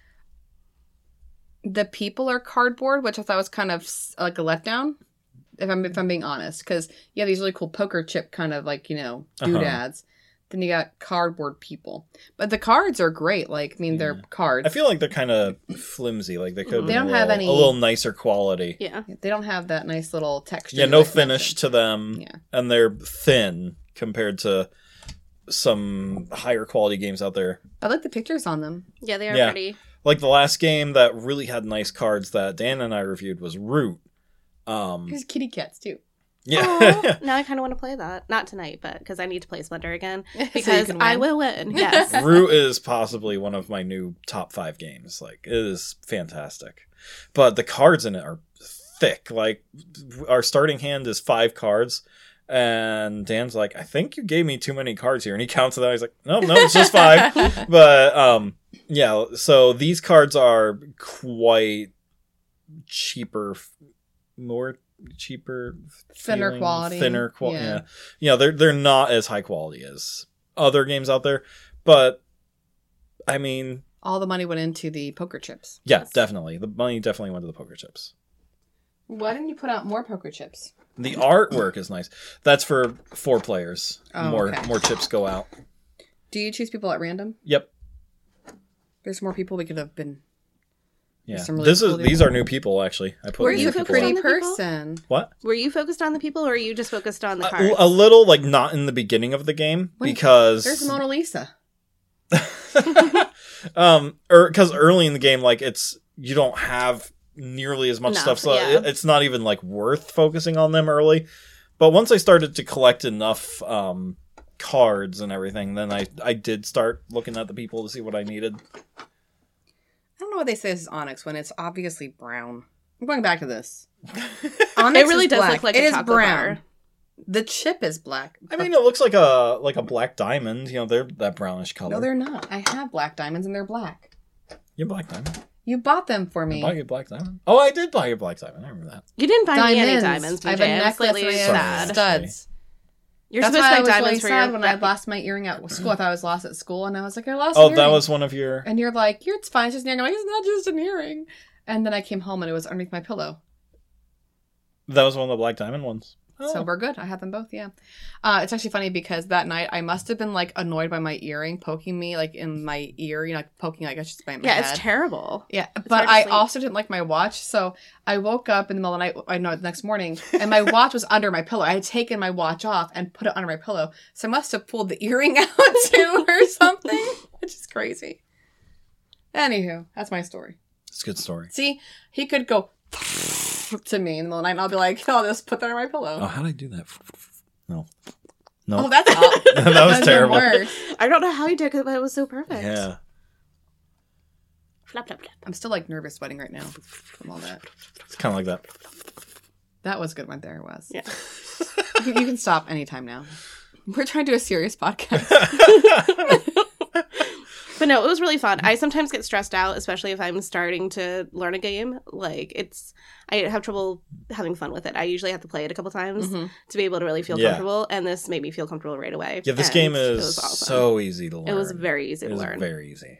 Speaker 1: the people are cardboard, which I thought was kind of s- like a letdown. If I'm if I'm being honest, because you have these really cool poker chip kind of like you know
Speaker 2: Uh-huh.
Speaker 1: doodads. Then you got cardboard people, but the cards are great. Like I mean, they're cards.
Speaker 2: Mm. I feel like they're kind of flimsy. Like they could
Speaker 1: They
Speaker 2: be
Speaker 1: don't
Speaker 2: a
Speaker 1: have
Speaker 2: little,
Speaker 1: any-
Speaker 2: a little nicer quality.
Speaker 3: Yeah.
Speaker 1: they don't have that nice little texture.
Speaker 2: Yeah,
Speaker 1: that
Speaker 2: no
Speaker 1: I mentioned.
Speaker 2: finish to them,
Speaker 1: Yeah.
Speaker 2: and they're thin compared to some higher quality games out there.
Speaker 1: I like the pictures on them.
Speaker 3: Yeah, they are
Speaker 2: Yeah.
Speaker 3: pretty.
Speaker 2: Like the last game that really had nice cards that Dan and I reviewed was Root. Um,
Speaker 1: There's kitty cats too.
Speaker 2: yeah,
Speaker 3: Aw, now I kind of want to play that. Not tonight, but because I need to play Splendor again.
Speaker 1: So you
Speaker 3: Because
Speaker 1: can
Speaker 3: I
Speaker 1: win.
Speaker 3: will win. Yes.
Speaker 2: Root is possibly one of my new top five games. Like it is fantastic, but the cards in it are thick. Like our starting hand is five cards, and Dan's like, "I think you gave me too many cards here," and he counts it out. He's like, "No, no, it's just five. but um, yeah. So these cards are quite cheaper, f- more cheaper
Speaker 1: Thinner
Speaker 2: feeling,
Speaker 1: quality.
Speaker 2: thinner quality.
Speaker 1: Yeah.
Speaker 2: Yeah. yeah, they're they're not as high quality as other games out there, but I mean,
Speaker 1: All the money went into the poker chips.
Speaker 2: yeah,
Speaker 3: Yes.
Speaker 2: definitely the money definitely went to the poker chips.
Speaker 1: Why didn't you put out more poker chips?
Speaker 2: The artwork is nice. That's for four players.
Speaker 1: Oh,
Speaker 2: more
Speaker 1: okay.
Speaker 2: more chips go out.
Speaker 1: Do you choose people at random?
Speaker 2: Yep.
Speaker 1: There's more people we could have been.
Speaker 2: Yeah.
Speaker 1: some really
Speaker 2: this
Speaker 1: cool
Speaker 2: is these are new people actually. I put
Speaker 1: Were
Speaker 2: new
Speaker 1: you a
Speaker 2: people
Speaker 1: pretty
Speaker 2: in.
Speaker 3: on the people?
Speaker 1: person?
Speaker 2: what?
Speaker 3: Were you focused on the people or are you just focused on the
Speaker 2: Uh, A-
Speaker 3: cards?
Speaker 2: A, little like not in the beginning of the game
Speaker 1: Wait,
Speaker 2: because
Speaker 1: There's Mona Lisa.
Speaker 2: um or because early in the game like it's you don't have nearly as much
Speaker 3: Enough,
Speaker 2: stuff so
Speaker 3: yeah.
Speaker 2: it- it's not even like worth focusing on them early but once i started to collect enough um cards and everything then i i did start looking at the people to see what i needed
Speaker 1: I don't know what they say this is onyx when it's obviously brown. I'm going back to this.
Speaker 3: it
Speaker 1: Onyx
Speaker 3: really
Speaker 1: is
Speaker 3: does
Speaker 1: black.
Speaker 3: look like
Speaker 1: it
Speaker 3: a
Speaker 1: is
Speaker 3: chocolate
Speaker 1: brown.
Speaker 3: bar.
Speaker 1: The chip is black.
Speaker 2: i mean it looks like a like a black diamond you know they're that brownish color
Speaker 1: no, they're not. I have black diamonds and they're black.
Speaker 2: you black diamond
Speaker 1: You bought them for
Speaker 2: I
Speaker 1: me.
Speaker 2: bought you a black diamond oh i did buy you a black diamond i remember that
Speaker 3: You didn't buy me any
Speaker 1: Diamonds.
Speaker 3: diamonds, PJ.
Speaker 1: I have a
Speaker 3: I'm
Speaker 1: necklace
Speaker 3: slightly
Speaker 1: and I
Speaker 3: sad.
Speaker 1: have studs.
Speaker 3: You're
Speaker 1: That's
Speaker 3: supposed
Speaker 1: why
Speaker 3: to
Speaker 1: I
Speaker 3: make
Speaker 1: was really
Speaker 3: diamonds for
Speaker 1: sad
Speaker 3: your
Speaker 1: when I lost my earring at school. I thought I was lost at school, and I was like, I lost.
Speaker 2: oh
Speaker 1: an
Speaker 2: that
Speaker 1: earring.
Speaker 2: was one of your
Speaker 1: And you're like, you're it's fine, it's just an earring. I'm like, it's not just an earring. And then I came home and it was underneath my pillow.
Speaker 2: that was one of the black diamond ones
Speaker 1: So
Speaker 2: Oh.
Speaker 1: we're good. I had them both, yeah. Uh, it's actually funny because that night I must have been like annoyed by my earring poking me like in my ear, you know, like poking like I should bite my
Speaker 3: Yeah,
Speaker 1: head.
Speaker 3: it's terrible.
Speaker 1: yeah,
Speaker 3: hard
Speaker 1: but
Speaker 3: to
Speaker 1: I
Speaker 3: sleep.
Speaker 1: also didn't like my watch, so I woke up in the middle of the night. I know the next morning, and my watch was under my pillow. I had taken my watch off and put it under my pillow, so I must have pulled the earring out too or something, which is crazy. Anywho, that's my story.
Speaker 2: it's a good story
Speaker 1: See, he could go to me in the middle of the night, and I'll be like, "Oh, just put that on my
Speaker 2: Oh,
Speaker 1: pillow."
Speaker 2: how did I do that? No.
Speaker 1: Oh,
Speaker 2: No.
Speaker 1: that's all.
Speaker 2: that was
Speaker 1: That's the
Speaker 2: terrible.
Speaker 1: worst.
Speaker 3: I don't know how you did it, but it was so perfect.
Speaker 2: Yeah.
Speaker 3: Flap, flap, flap.
Speaker 1: I'm still like nervous sweating right now from all that.
Speaker 2: It's kind of like that.
Speaker 1: That was a good one. There it was.
Speaker 3: Yeah.
Speaker 1: You, can- you can stop anytime now. We're trying to do a serious podcast.
Speaker 3: But no, it was really fun. I sometimes get stressed out, especially if I'm starting to learn a game. Like it's, I have trouble having fun with it. I usually have to play it a couple times
Speaker 1: Mhm.
Speaker 3: to be able to really feel
Speaker 2: Mm-hmm. Yeah.
Speaker 3: comfortable, and this made me feel comfortable right away.
Speaker 2: yeah, this
Speaker 3: And
Speaker 2: game
Speaker 3: it
Speaker 2: is
Speaker 3: was awesome.
Speaker 2: so easy to learn.
Speaker 3: It was very easy
Speaker 2: It
Speaker 3: to
Speaker 2: was
Speaker 3: learn.
Speaker 2: very easy.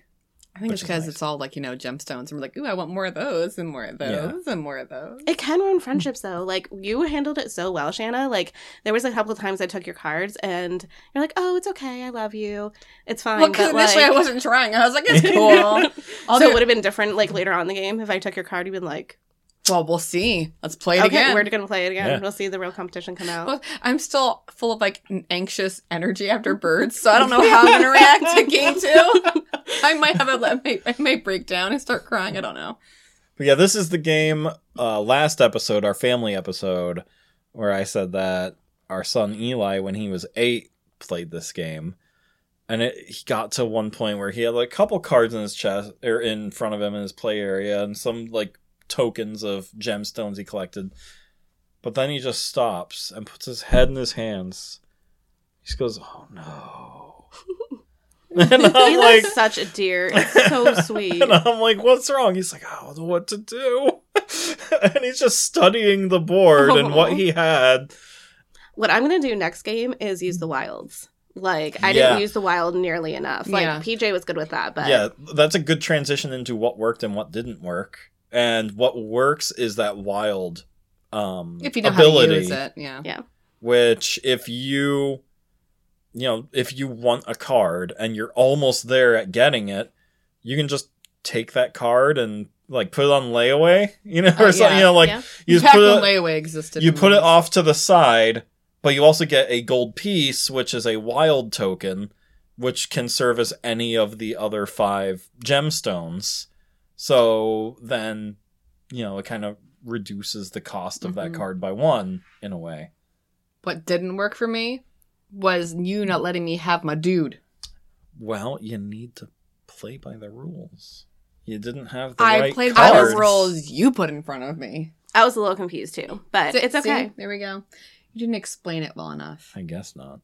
Speaker 1: I think it's
Speaker 2: Which is
Speaker 1: because
Speaker 2: nice.
Speaker 1: it's all like, you know, gemstones. And we're like, ooh, I want more of those and more of
Speaker 2: Yeah.
Speaker 1: those and more of those.
Speaker 3: It can ruin friendships though. Like you handled it so well, Shanna. Like there was a couple of times I took your cards and you're like, "Oh, it's okay. I love you. It's fine."
Speaker 1: Well, because
Speaker 3: but,
Speaker 1: initially
Speaker 3: like-
Speaker 1: I wasn't trying. I was like, it's cool.
Speaker 3: so
Speaker 1: Although,
Speaker 3: it would have been different like later on in the game if I took your card. You'd been like,
Speaker 1: Well, we'll see. Let's play it
Speaker 3: okay,
Speaker 1: again.
Speaker 3: we're gonna play it again.
Speaker 2: Yeah.
Speaker 3: We'll see the real competition come out.
Speaker 1: Well, I'm still full of like an anxious energy after birds, so I don't know how I'm gonna react to game two. I might have a I might, I might break down and start crying. I don't know.
Speaker 2: But yeah, this is the game. Uh, last episode, our family episode, where I said that our son Eli, when he was eight, played this game, and it, he got to one point where he had like a couple cards in his chest or in front of him in his play area, and some like tokens of gemstones he collected. But then he just stops and puts his head in his hands. He just goes, "Oh no." and I'm
Speaker 3: Eli's
Speaker 2: like,
Speaker 3: such a dear. It's so sweet.
Speaker 2: and I'm like, what's wrong? He's like, I don't know what to do. and he's just studying the board and what
Speaker 3: Aw.
Speaker 2: he had.
Speaker 3: what I'm gonna do next game is use the wilds. Like I
Speaker 2: Yeah.
Speaker 3: didn't use the wild nearly enough. Like
Speaker 1: Yeah.
Speaker 3: PJ was good with that, but
Speaker 2: Yeah, that's a good transition into what worked and what didn't work. And what works is that wild um
Speaker 1: If you know
Speaker 2: ability,
Speaker 1: how to use it, yeah.
Speaker 2: which if you you know, if you want a card and you're almost there at getting it, you can just take that card and like put it on layaway, you know, or
Speaker 1: Oh,
Speaker 2: something,
Speaker 1: yeah,
Speaker 2: you know, like
Speaker 3: yeah.
Speaker 2: you just
Speaker 1: Back
Speaker 2: put
Speaker 1: when
Speaker 2: it,
Speaker 1: layaway existed.
Speaker 2: you
Speaker 1: in
Speaker 2: put it
Speaker 1: those.
Speaker 2: off to the side, but you also get a gold piece, which is a wild token, which can serve as any of the other five gemstones. So then, you know, it kind of reduces the cost of
Speaker 1: Mhm.
Speaker 2: that card by one in a way.
Speaker 1: What didn't work for me was you not letting me have my dude.
Speaker 2: Well, you need to play by the rules. You didn't have the
Speaker 1: I
Speaker 2: right
Speaker 1: played by
Speaker 2: cards.
Speaker 1: the rules you put in front of me.
Speaker 3: I was a little confused too. But
Speaker 1: See-
Speaker 3: it's okay.
Speaker 1: see? there we go. You didn't explain it well enough.
Speaker 2: I guess not.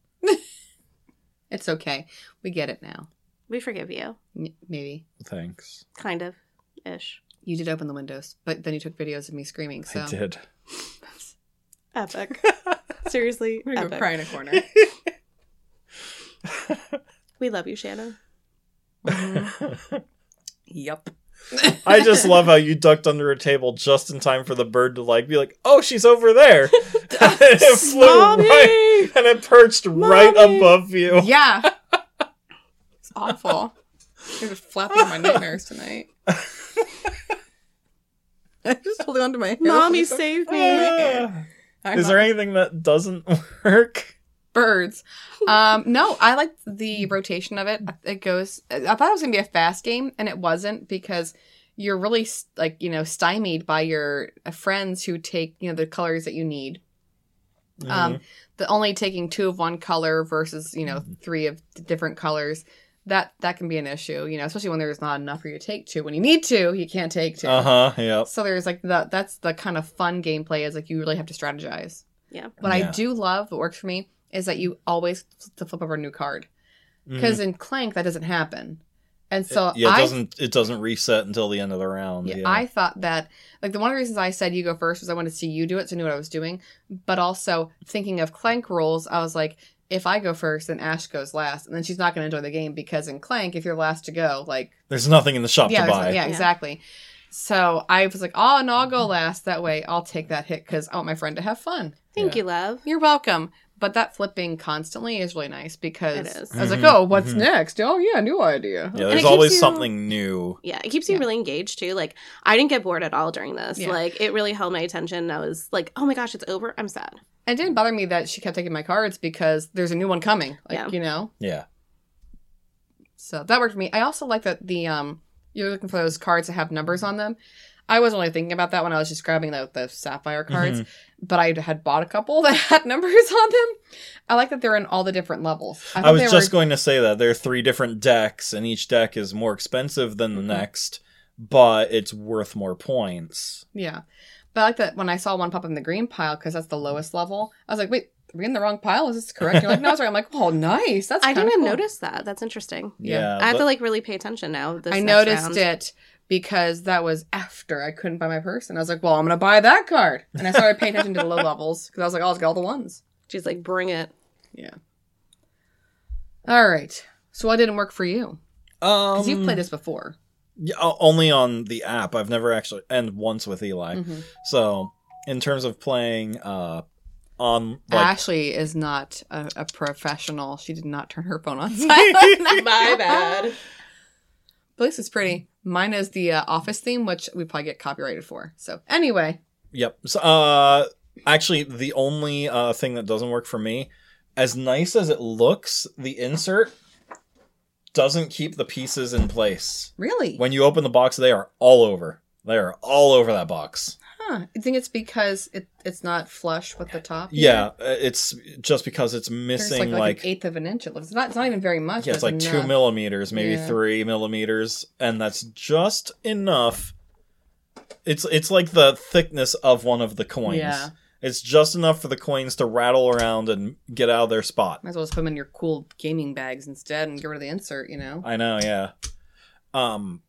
Speaker 1: It's okay. We get it now.
Speaker 3: We forgive you.
Speaker 1: N- maybe
Speaker 2: Thanks.
Speaker 3: Kind of ish.
Speaker 1: you did open the windows, but then you took videos of me screaming. So
Speaker 2: I did.
Speaker 3: Epic. Seriously.
Speaker 1: I'm gonna go
Speaker 3: epic.
Speaker 1: cry in a corner.
Speaker 3: We love you, Shannon.
Speaker 1: Mhm. Yep.
Speaker 2: I just love how you ducked under a table just in time for the bird to like be like, "Oh, she's over there," and it flew
Speaker 3: Mommy!
Speaker 2: right, and it perched right
Speaker 3: Mommy!
Speaker 2: above you.
Speaker 1: Yeah. It's awful. You're just flapping my nightmares tonight. I'm just holding on to my hair.
Speaker 3: Mommy save me.
Speaker 2: Ah.
Speaker 1: I'm
Speaker 2: Is there
Speaker 1: not-
Speaker 2: anything that doesn't work?
Speaker 1: birds? Um, no, I like the rotation of it. It goes. I thought it was gonna be a fast game, and it wasn't because you're really like you know stymied by your friends who take you know the colors that you need.
Speaker 2: Mm-hmm.
Speaker 1: Um, the only taking two of one color versus you know three of d- different colors that that can be an issue. You know, especially when there's not enough for you to take two. When you need two, you can't take two.
Speaker 2: uh huh. Yep.
Speaker 1: So there's like that. That's the kind of fun gameplay is like you really have to strategize.
Speaker 3: Yeah.
Speaker 1: What I
Speaker 2: Yeah.
Speaker 1: do love that works for me is that you always f- to flip over a new card because in Clank that doesn't happen, and so
Speaker 2: Uh, yeah, Mm-hmm. it
Speaker 1: I
Speaker 2: doesn't it doesn't reset until the end of the uh, round?
Speaker 1: yeah,
Speaker 2: Yeah.
Speaker 1: I thought that like the one of the reasons I said you go first was I wanted to see you do it, so I knew what I was doing. But also thinking of Clank rules, I was like, if I go first, then Ash goes last, and then she's not going to enjoy the game because in Clank, if you're last to go, like
Speaker 2: There's nothing in the shop
Speaker 1: yeah,
Speaker 2: to
Speaker 1: there's-
Speaker 2: buy.
Speaker 1: yeah,
Speaker 3: Yeah.
Speaker 1: exactly. So I was like, oh no, I'll go last. That way, I'll take that hit because I want my friend to have fun.
Speaker 3: Thank
Speaker 2: Yeah.
Speaker 3: you, love.
Speaker 1: You're welcome. But that flipping constantly is really nice because
Speaker 3: It is.
Speaker 1: I was like,
Speaker 2: Mhm,
Speaker 1: oh, what's
Speaker 2: mhm.
Speaker 1: next? Oh yeah, new idea.
Speaker 2: Yeah,
Speaker 1: And it
Speaker 2: there's
Speaker 1: keeps
Speaker 2: always
Speaker 1: you-
Speaker 2: something new.
Speaker 3: Yeah, it keeps you
Speaker 1: Yeah.
Speaker 3: really engaged too. Like I didn't get bored at all during this.
Speaker 1: Yeah.
Speaker 3: Like it really held my attention. I was like, oh my gosh, it's over. I'm sad.
Speaker 1: It didn't bother me that she kept taking my cards because there's a new one coming. Like,
Speaker 3: Yeah.
Speaker 1: you know?
Speaker 2: Yeah.
Speaker 1: So that worked for me. I also like that the um you're looking for those cards that have numbers on them. I wasn't really thinking about that when I was just grabbing the, the sapphire cards,
Speaker 2: Mm-hmm.
Speaker 1: but I had bought a couple that had numbers on them. I like that they're in all the different levels.
Speaker 2: I
Speaker 1: thought they
Speaker 2: was just
Speaker 1: were,
Speaker 2: going to say that there are three different decks, and each deck is more expensive than the
Speaker 1: Mhm.
Speaker 2: next, but it's worth more points.
Speaker 1: yeah, but I like that when I saw one pop in the green pile because that's the lowest level. I was like, wait, are we in the wrong pile? Is this correct? You're like, no, it's right. I'm like, oh, nice. That's
Speaker 3: I
Speaker 1: kinda
Speaker 3: didn't even
Speaker 1: cool.
Speaker 3: notice that. That's interesting.
Speaker 1: Yeah.
Speaker 2: Yeah,
Speaker 3: I have
Speaker 2: but-
Speaker 3: to like really pay attention now. This
Speaker 1: I
Speaker 3: next
Speaker 1: noticed
Speaker 3: round.
Speaker 1: it because that was after I couldn't buy my purse, and I was like, "Well, I'm gonna buy that card." And I started paying attention to the low levels because I was like, "Oh, let's get all the ones."
Speaker 3: She's like, bring it.
Speaker 1: All right. So what didn't work for you?
Speaker 2: um,
Speaker 1: Because you've played this before.
Speaker 2: yeah, o- only on the app. I've never actually and once with Eli.
Speaker 1: Mhm.
Speaker 2: So in terms of playing uh, on like,
Speaker 1: Ashley is not a, a professional. She did not turn her phone on silent.
Speaker 3: My bad.
Speaker 1: But At least it's pretty. Mine is the uh, office theme, which we probably get copyrighted for. So anyway,
Speaker 2: Yep. So, uh, actually, the only uh, thing that doesn't work for me, as nice as it looks, the insert doesn't keep the pieces in place.
Speaker 1: really,
Speaker 2: When you open the box, they are all over. They are all over that box.
Speaker 1: huh? I think it's because it, it's not flush with the top.
Speaker 2: Yeah, uh, it's just because it's
Speaker 1: There's
Speaker 2: missing
Speaker 1: like,
Speaker 2: like,
Speaker 1: an eighth of an inch. It looks. It's not. It's not even very much.
Speaker 2: yeah, it's
Speaker 1: but
Speaker 2: like two
Speaker 1: enough.
Speaker 2: millimeters, maybe
Speaker 1: Yeah.
Speaker 2: three millimeters, and that's just enough. It's it's like the thickness of one of the coins.
Speaker 1: Yeah.
Speaker 2: It's just enough for the coins to rattle around and get out of their spot.
Speaker 1: Might as well just put them in your cool gaming bags instead and get rid of the insert. You know.
Speaker 2: I know, yeah. Um,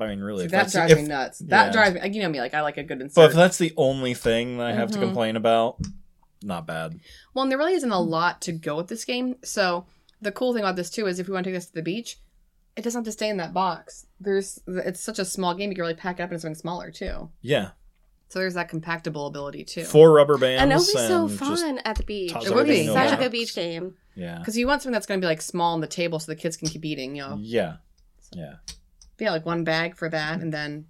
Speaker 2: I mean, really,
Speaker 1: See,
Speaker 2: if
Speaker 1: that
Speaker 2: that's,
Speaker 1: drives
Speaker 2: if,
Speaker 1: me nuts. That
Speaker 2: yeah.
Speaker 1: drives me. like, You know me. Like I like a good insert.
Speaker 2: but if that's the only thing that I have
Speaker 1: Mhm.
Speaker 2: to complain about, not bad.
Speaker 1: Well, and there really isn't a lot to go with this game. So the cool thing about this too is if we want to take this to the beach, it doesn't have to stay in that box. There's it's such a small game you can really pack it up into something smaller too.
Speaker 2: Yeah,
Speaker 1: So there's that compactable ability too.
Speaker 2: four rubber bands
Speaker 3: And it'll be so
Speaker 2: and just-
Speaker 3: fun at the beach.
Speaker 2: toss
Speaker 1: It would everything be. in the
Speaker 3: such a
Speaker 2: box.
Speaker 3: good beach game.
Speaker 2: yeah,
Speaker 1: Because you want something that's going to be like small on the table so the kids can keep eating. You know,
Speaker 2: yeah, yeah,
Speaker 1: But yeah, like one bag for that, and then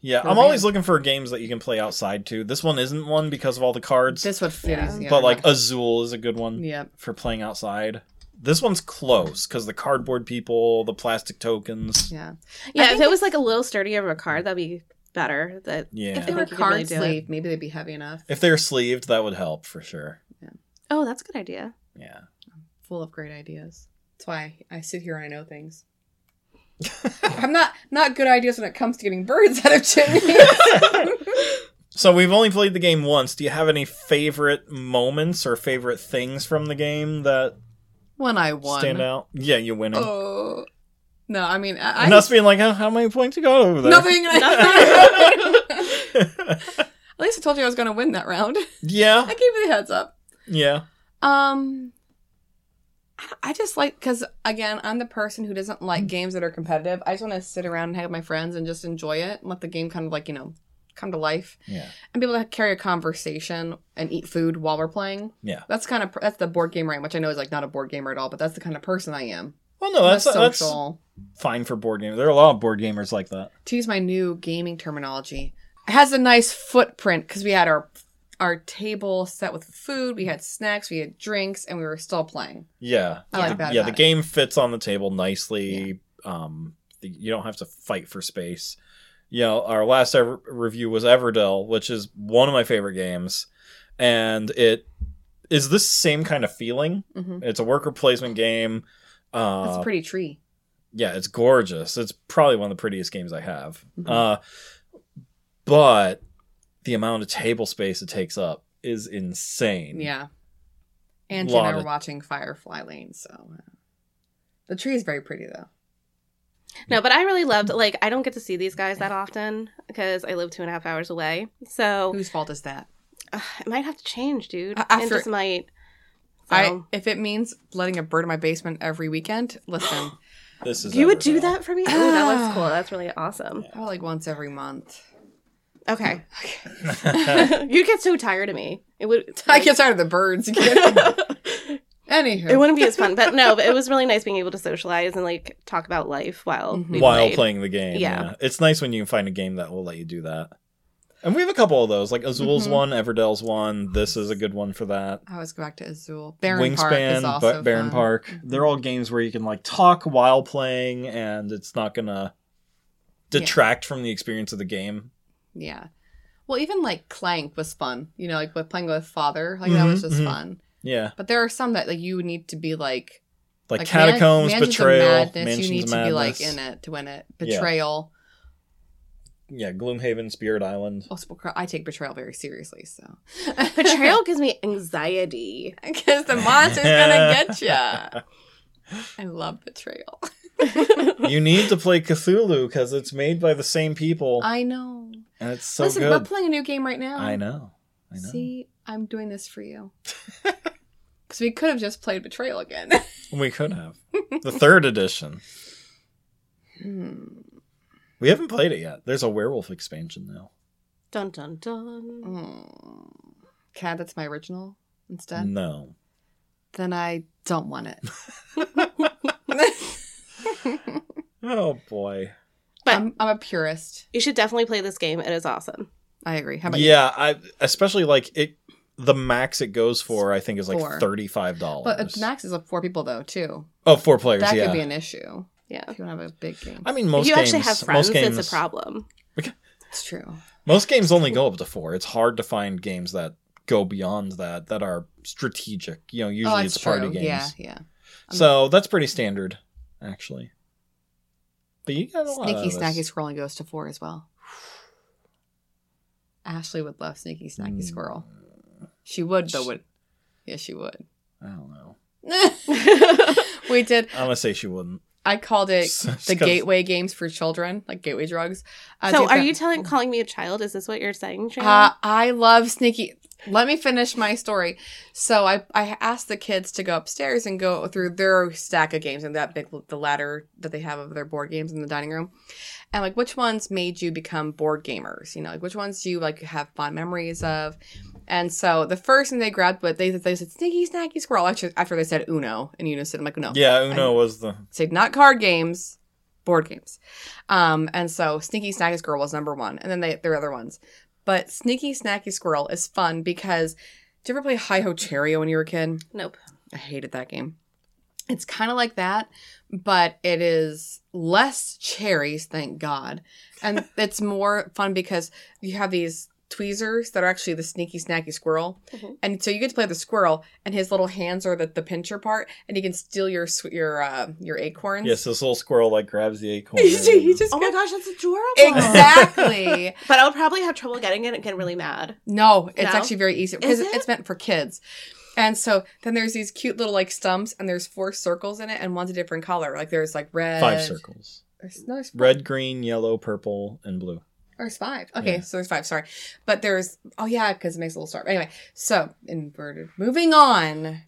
Speaker 2: yeah.
Speaker 1: Rubber
Speaker 2: I'm always
Speaker 1: bands.
Speaker 2: looking for games that you can play outside too. This one isn't one because of all the cards,
Speaker 1: this would fit.
Speaker 3: Yeah.
Speaker 1: easy,
Speaker 2: but like Azul is a good one
Speaker 1: yeah,
Speaker 2: for playing outside. This one's close because the cardboard people, the plastic tokens.
Speaker 1: yeah. I
Speaker 3: Yeah, if
Speaker 1: think
Speaker 3: it was like a little sturdier of a card, that'd be better. That
Speaker 2: Yeah,
Speaker 1: If they
Speaker 3: I
Speaker 1: were
Speaker 3: think you could
Speaker 1: card
Speaker 3: really do it.
Speaker 1: sleeve, maybe they'd be heavy enough,
Speaker 2: if they're sleeved, that would help for sure.
Speaker 3: oh, that's a good idea.
Speaker 2: Yeah.
Speaker 1: full of great ideas. That's why I sit here and I know things. I'm not not good ideas when it comes to getting birds out of chimneys.
Speaker 2: So we've only played the game once. Do you have any favorite moments or favorite things from the game that
Speaker 1: when I won.
Speaker 2: stand out? Yeah, you winning.
Speaker 1: Oh no! I mean, I,
Speaker 2: and
Speaker 1: I
Speaker 2: us being like, "Huh, how many points you got over there?
Speaker 1: nothing. At least I told you I was going to win that round. I
Speaker 2: yeah,
Speaker 1: gave you the heads up.
Speaker 2: yeah,
Speaker 1: Um, I- I just like because again, I'm the person who doesn't
Speaker 2: Mm.
Speaker 1: like games that are competitive. I just want to sit around and hang with my friends and just enjoy it and let the game kind of like you know come to life
Speaker 2: yeah.
Speaker 1: and be able to carry a conversation and eat food while we're playing.
Speaker 2: Yeah.
Speaker 1: that's kind of that's the board gamer, I am, which I know is like not a board gamer at all, but that's the kind of person I am.
Speaker 2: Well, no,
Speaker 1: I'm a
Speaker 2: Oh, that's that's
Speaker 1: social.
Speaker 2: fine for board gamers. There are a lot of board gamers like that.
Speaker 1: to use my new gaming terminology, it has a nice footprint because we had our our table set with food, we had snacks, we had drinks, and we were still playing.
Speaker 2: Yeah,
Speaker 1: I like that
Speaker 2: yeah.
Speaker 1: about
Speaker 2: The
Speaker 1: it.
Speaker 2: game fits on the table nicely. Um, the- you don't have to fight for space. You know, our last ever review was Everdell, which is one of my favorite games, and it is this same kind of feeling.
Speaker 1: Mm-hmm.
Speaker 2: It's a worker placement game. Uh,
Speaker 1: That's a pretty tree.
Speaker 2: yeah, it's gorgeous. It's probably one of the prettiest games I have.
Speaker 1: Mhm.
Speaker 2: Uh, but the amount of table space it takes up is insane.
Speaker 1: Yeah. And Jen and I
Speaker 2: Lot
Speaker 1: were
Speaker 2: of-
Speaker 1: watching Firefly Lane, so uh, the tree is very pretty though.
Speaker 3: No, but I really loved. Like, I don't get to see these guys that often because I live two and a half hours away. So
Speaker 1: Whose fault is that?
Speaker 3: uh, it might have to change, dude.
Speaker 1: A-
Speaker 3: it
Speaker 1: after-
Speaker 3: just might.
Speaker 1: I
Speaker 3: So-
Speaker 1: if it means letting a bird in my basement every weekend, listen,
Speaker 2: This is
Speaker 3: you would
Speaker 2: Everdell.
Speaker 3: do that for me? Oh, that looks cool. That's really awesome.
Speaker 1: probably like once every month.
Speaker 3: Okay. You'd get so tired of me. It would.
Speaker 1: I get tired of the birds. again. Anywho,
Speaker 3: It wouldn't be as fun, but no, but it was really nice being able to socialize and like talk about life while
Speaker 1: Mhm.
Speaker 3: we
Speaker 2: while
Speaker 3: played.
Speaker 2: playing the game. Yeah.
Speaker 3: Yeah.
Speaker 2: It's nice when you can find a game that will let you do that. And we have a couple of those, like Azul's
Speaker 1: Mhm.
Speaker 2: one, Everdell's one. This is a good one for that.
Speaker 1: I always go back to Azul. Baron Park
Speaker 2: Wingspan,
Speaker 1: is also
Speaker 2: Ba- Baron
Speaker 1: fun. Mm-hmm.
Speaker 2: Park. They're all games where you can like talk while playing, and it's not gonna
Speaker 1: Yeah.
Speaker 2: detract from the experience of the game.
Speaker 1: Yeah. Well, even like Clank was fun. You know, like with playing with father, like that
Speaker 2: Mhm,
Speaker 1: was just
Speaker 2: mhm.
Speaker 1: fun.
Speaker 2: Yeah,
Speaker 1: But there are some that like you need to be like
Speaker 2: like,
Speaker 1: Man-
Speaker 2: Catacombs,
Speaker 1: Mansions of
Speaker 2: Betrayal,
Speaker 1: Madness,
Speaker 2: Mansions
Speaker 1: you need
Speaker 2: of
Speaker 1: to be like
Speaker 2: Madness.
Speaker 1: in it to win it.
Speaker 2: Yeah.
Speaker 1: Betrayal.
Speaker 2: Yeah, Gloomhaven, Spirit Island.
Speaker 1: Also, I take betrayal very seriously, so
Speaker 3: Betrayal gives me anxiety.
Speaker 1: because the monster's gonna get ya. I love betrayal. Oh.
Speaker 2: you need to play Cthulhu because it's made by the same people,
Speaker 1: I know.
Speaker 2: and it's so
Speaker 1: Listen, we're
Speaker 2: good.
Speaker 1: playing a new game right now.
Speaker 2: I know. I know.
Speaker 1: See, I'm doing this for you. Because we could have just played betrayal again.
Speaker 2: We could have the third edition.
Speaker 1: Hmm.
Speaker 2: We haven't played it yet. There's a werewolf expansion now.
Speaker 3: Dun dun dun.
Speaker 1: Mm. Cad, that's my original instead.
Speaker 2: No.
Speaker 1: Then I don't want it.
Speaker 2: Oh boy.
Speaker 3: But But-
Speaker 1: I'm, I'm a purist.
Speaker 3: You should definitely play this game. It is awesome.
Speaker 1: I agree. How about you?
Speaker 2: yeah, I especially like it. The max it goes for, I think, is like
Speaker 1: Four.
Speaker 2: thirty five dollars.
Speaker 1: But it's max is up four people though too.
Speaker 2: oh, four players.
Speaker 1: That
Speaker 2: yeah,
Speaker 1: could be an issue
Speaker 3: Yeah.
Speaker 1: if you want to have a big game.
Speaker 2: I mean, most
Speaker 3: if you
Speaker 2: games,
Speaker 3: actually have friends,
Speaker 2: most games,
Speaker 3: it's a problem.
Speaker 1: It's true.
Speaker 2: Most games only go up to four. It's hard to find games that go beyond that that are strategic. You know, usually
Speaker 1: oh,
Speaker 2: it's
Speaker 1: it's true.
Speaker 2: party games.
Speaker 1: Yeah, yeah. I'm-
Speaker 2: So that's pretty standard, actually. But you got a lot
Speaker 1: Sneaky
Speaker 2: of this.
Speaker 1: Snacky Squirrel goes to four as well. Ashley would love Sneaky Snacky
Speaker 2: Mm,
Speaker 1: Squirrel. She would though.
Speaker 2: Sh-
Speaker 1: Would yeah, she would.
Speaker 2: I don't know.
Speaker 1: we did.
Speaker 2: I'm gonna say she wouldn't.
Speaker 1: I called it
Speaker 2: Just 'cause-
Speaker 1: the gateway games for children, like gateway drugs. I
Speaker 3: so
Speaker 1: did
Speaker 3: are
Speaker 1: that-
Speaker 3: you telling calling me a child? Is this what you're saying, Jane?
Speaker 1: Uh, I love sneaky. Let me finish my story. So I, I asked the kids to go upstairs and go through their stack of games and that big the ladder that they have of their board games in the dining room, and like which ones made you become board gamers? You know, like which ones do you like have fond memories of? And so the first thing they grabbed, but they they said sneaky snacky squirrel after, after they said Uno in unison. I'm like no,
Speaker 2: Yeah, Uno
Speaker 1: I-
Speaker 2: was the
Speaker 1: so not card games, board games. Um, and so Sneaky Snacky Squirrel was number one, and then they there are other ones. But Sneaky Snacky Squirrel is fun because did you ever play Hi Ho Cherry when you were a kid?
Speaker 3: nope.
Speaker 1: I hated that game. It's kind of like that, but it is less cherries, thank God. And it's more fun because you have these tweezers that are actually the sneaky snacky squirrel.
Speaker 3: Mhm.
Speaker 1: And so you get to play the squirrel and his little hands are the, the pincher part and he can steal your sw- your uh, your acorns.
Speaker 2: yes. This little squirrel like grabs the acorn.
Speaker 1: he just, he just
Speaker 3: Oh my gosh, that's adorable.
Speaker 1: Exactly.
Speaker 3: But I would probably have trouble getting it and get really mad.
Speaker 1: No, it's
Speaker 3: No?
Speaker 1: actually very easy because
Speaker 3: Is it?
Speaker 1: it's meant for kids. And so then there's these cute little like stumps, and there's four circles in it, and one's a different color. Like there's like red.
Speaker 2: five circles:
Speaker 1: There's, no, there's
Speaker 2: red, green, yellow, purple, and blue.
Speaker 1: There's five. Okay,
Speaker 2: Yeah.
Speaker 1: so there's five. Sorry, but there's oh yeah, because it makes a little star. Anyway, so inverted. Moving on.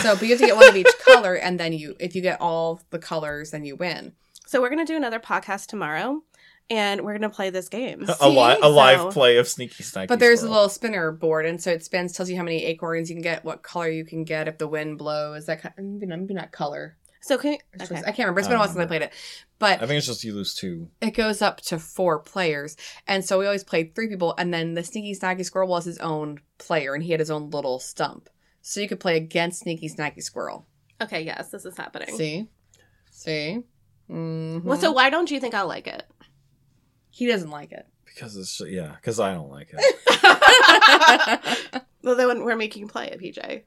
Speaker 1: So, but you have to get one of each color, and then you, if you get all the colors, then you win.
Speaker 3: So we're gonna do another podcast tomorrow, and we're gonna play this game.
Speaker 2: a, li- a live
Speaker 3: So-
Speaker 2: play of Sneaky Snacky.
Speaker 1: But there's a
Speaker 2: Squirrel.
Speaker 1: little spinner board, and so it spins, tells you how many acorns you can get, what color you can get if the wind blows. That kind of, maybe not, maybe not color.
Speaker 3: So can
Speaker 1: It's
Speaker 3: okay.
Speaker 1: just- I can't remember. It's been a while since I
Speaker 2: Um,
Speaker 1: played it, but
Speaker 2: I think it's just you lose two.
Speaker 1: it goes up to four players, and so we always played three people, and then the Sneaky Snacky Squirrel was his own player, and he had his own little stump, so you could play against Sneaky Snacky Squirrel.
Speaker 3: Okay, yes, this is happening.
Speaker 1: See, see. hmm
Speaker 3: Well, so why don't you think I'll like it?
Speaker 1: he doesn't like it.
Speaker 2: Because it's yeah, because I don't like it.
Speaker 3: well, then we're making you play it, PJ.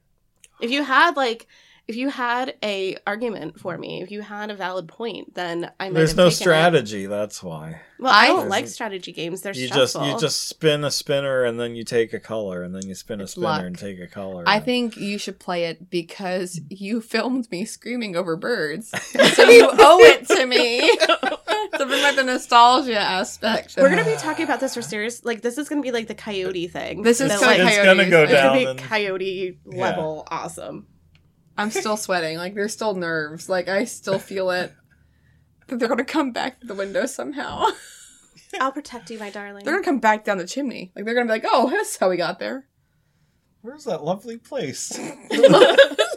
Speaker 3: If you had like, if you had a argument for me, if you had a valid point, then I might
Speaker 2: There's
Speaker 3: have
Speaker 2: no
Speaker 3: taken it.
Speaker 2: strategy. That's why
Speaker 3: Well, I,
Speaker 1: I-
Speaker 3: don't like
Speaker 2: There's-
Speaker 3: strategy games. They're
Speaker 2: you
Speaker 3: stressful.
Speaker 2: just you just spin a spinner and then you take a color and then you spin a
Speaker 1: It's
Speaker 2: spinner
Speaker 1: luck.
Speaker 2: and take a color.
Speaker 1: I
Speaker 2: and-
Speaker 1: think you should play it because you filmed me screaming over birds. So you owe it to me. to bring back the nostalgia aspect. of
Speaker 3: We're gonna be talking about this for serious. Like this is gonna be like the coyote thing.
Speaker 1: This is
Speaker 3: That,
Speaker 1: so
Speaker 3: like,
Speaker 2: it's
Speaker 1: coyotes.
Speaker 2: gonna go
Speaker 1: It's
Speaker 3: it's
Speaker 1: gonna
Speaker 2: down.
Speaker 3: gonna
Speaker 2: and-
Speaker 3: be coyote
Speaker 2: Yeah.
Speaker 3: level awesome.
Speaker 1: I'm still sweating. Like there's still nerves. Like I still feel it. That they're gonna come back to the window somehow.
Speaker 3: I'll protect you, my darling.
Speaker 1: they're gonna come back down the chimney. Like they're gonna be like, oh, that's how we got there.
Speaker 2: Where's that lovely place?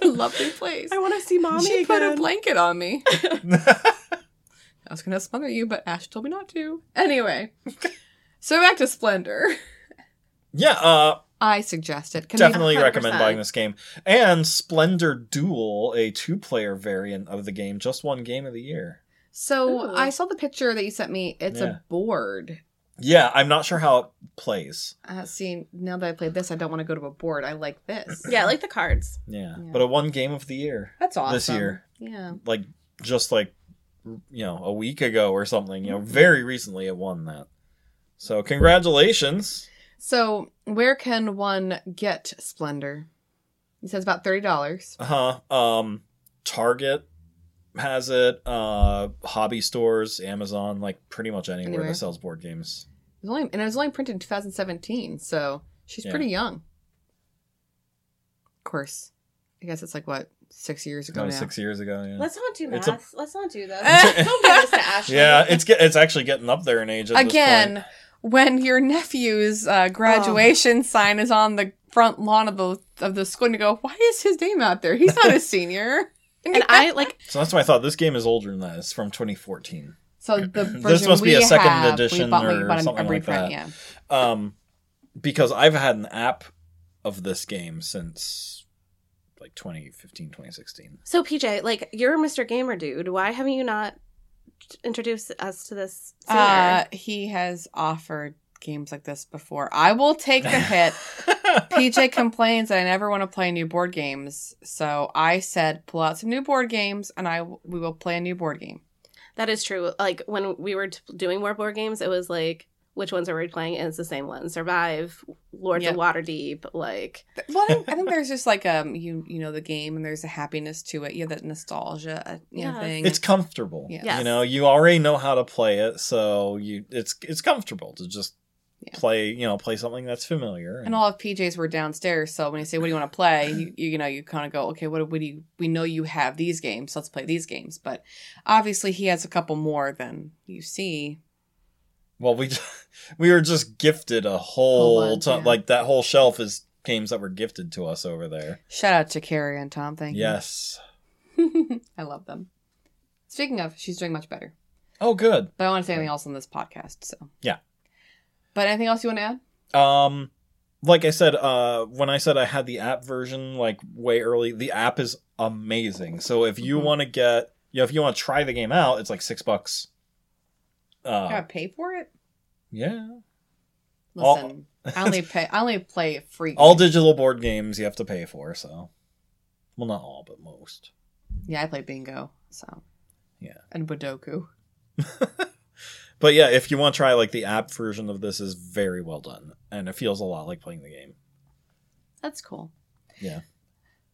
Speaker 1: Lovely place.
Speaker 3: I want to see mommy
Speaker 1: She put a
Speaker 3: again.
Speaker 1: blanket on me. I was gonna smother you, but Ash told me not to. Anyway, so back to Splendor.
Speaker 2: yeah, uh,
Speaker 1: I suggest it. Can we-
Speaker 2: definitely recommend
Speaker 3: 100%.
Speaker 2: buying this game. And Splendor Duel, a two-player variant of the game, just one game of the year.
Speaker 1: So
Speaker 3: Ooh.
Speaker 1: I saw the picture that you sent me. It's
Speaker 2: Yeah.
Speaker 1: a board.
Speaker 2: Yeah, I'm not sure how it plays.
Speaker 1: Uh, see, now that I played this, I don't want to go to a board. I like this.
Speaker 3: yeah, I like the cards.
Speaker 2: Yeah,
Speaker 1: Yeah.
Speaker 2: but a one game of the year
Speaker 1: that's awesome.
Speaker 2: this year,
Speaker 1: yeah.
Speaker 2: like just like you know a week ago or something. You know, very recently it won that. So congratulations.
Speaker 1: So where can one get Splendor? It says about thirty dollars.
Speaker 2: Uh huh. Um, Target has it. Uh, hobby stores, Amazon, like pretty much anywhere,
Speaker 1: Anywhere.
Speaker 2: that sells board games.
Speaker 1: It was only and it was only printed in 2017, so she's
Speaker 2: Yeah.
Speaker 1: pretty young. Of course, I guess it's like what six years ago
Speaker 2: That
Speaker 1: now.
Speaker 2: was six years ago. Yeah.
Speaker 3: Let's not do
Speaker 2: It's a-
Speaker 3: math. Let's not do
Speaker 1: It's
Speaker 3: this.
Speaker 2: a-
Speaker 3: Don't give this to Ashley.
Speaker 2: yeah, it's get, it's actually getting up there in age. At This
Speaker 1: Again,
Speaker 2: point. Oh.
Speaker 1: when your nephew's uh, graduation sign is on the front lawn of the of the school, and you go, "Why is his name out there? He's not a senior."
Speaker 3: and I like
Speaker 2: So that's why I thought this game is older than that. It's from 2014.
Speaker 1: So the version
Speaker 2: This must
Speaker 1: we
Speaker 2: be a second
Speaker 1: have,
Speaker 2: edition
Speaker 1: we bought, we
Speaker 2: or
Speaker 1: bought a,
Speaker 2: something
Speaker 1: a
Speaker 2: like
Speaker 1: reprint.
Speaker 2: that.
Speaker 1: yeah,
Speaker 2: um because i've had an app of this game since like 2015 2016
Speaker 3: So PJ, like you're Mr. Gamer dude. Why haven't you not introduced us to this sooner?
Speaker 1: uh, he has offered games like this before. I will take the hit. PJ complains that I never want to play new board games, so I said, "Pull out some new board games, and I w- we will play a new board game."
Speaker 3: that is true. Like when we were t- doing more board games, it was like which ones are we playing? And it's the same one. Survive, Lords of
Speaker 1: Yeah.
Speaker 3: Waterdeep, like
Speaker 1: Th- Well, I think, I think there's just like um you you know the game, and there's a happiness to it. You have that nostalgia, uh, you know,
Speaker 3: Yes.
Speaker 1: thing.
Speaker 2: it's comfortable
Speaker 1: Yes.
Speaker 2: you know you already know how to play it so you it's it's comfortable to just
Speaker 1: Yeah.
Speaker 2: play you know play something that's familiar
Speaker 1: and all of PJ's were downstairs, so when you say, "What do you want to play?" You, you, you know you kind of go, "Okay, what, what do you, we know you have these games, so let's play these games." But obviously, he has a couple more than you see.
Speaker 2: well we just, we were just gifted a whole
Speaker 1: bunch,
Speaker 2: ton
Speaker 1: yeah.
Speaker 2: like that whole shelf is games that were gifted to us over there
Speaker 1: Shout out to Carrie and Tom. Thank
Speaker 2: yes
Speaker 1: you. I love them. Speaking of, she's doing much better.
Speaker 2: oh good
Speaker 1: But I don't want to say anything else on this podcast. So
Speaker 2: Yeah.
Speaker 1: But anything else you want to add?
Speaker 2: Um, like I said, uh, when I said I had the app version like way early, the app is amazing. So if you
Speaker 1: Mhm.
Speaker 2: want to get, you know, if you want to try the game out, it's like six bucks. Uh,
Speaker 1: Gotta pay for it.
Speaker 2: yeah. All-
Speaker 1: Listen, I only pay. I only play free.
Speaker 2: All
Speaker 1: games.
Speaker 2: digital board games you have to pay for. So, well, not all, but most.
Speaker 1: yeah, I play bingo. So
Speaker 2: Yeah.
Speaker 1: and Budoku.
Speaker 2: But yeah, if you want to try like the app version of this, is very well done, and it feels a lot like playing the game.
Speaker 1: That's cool.
Speaker 2: Yeah.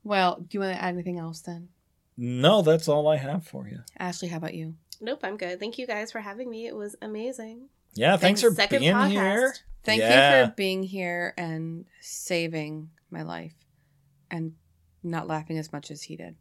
Speaker 1: Well, do you want to add anything else then,
Speaker 2: No, that's all I have for you.
Speaker 1: Ashley? How about you?
Speaker 3: Nope, I'm good. Thank you guys for having me. It was amazing.
Speaker 2: Yeah, thanks, for
Speaker 3: Second
Speaker 2: being
Speaker 3: podcast.
Speaker 2: here.
Speaker 1: Thank you
Speaker 2: Yeah.
Speaker 1: for being here and saving my life, and not laughing as much as he did,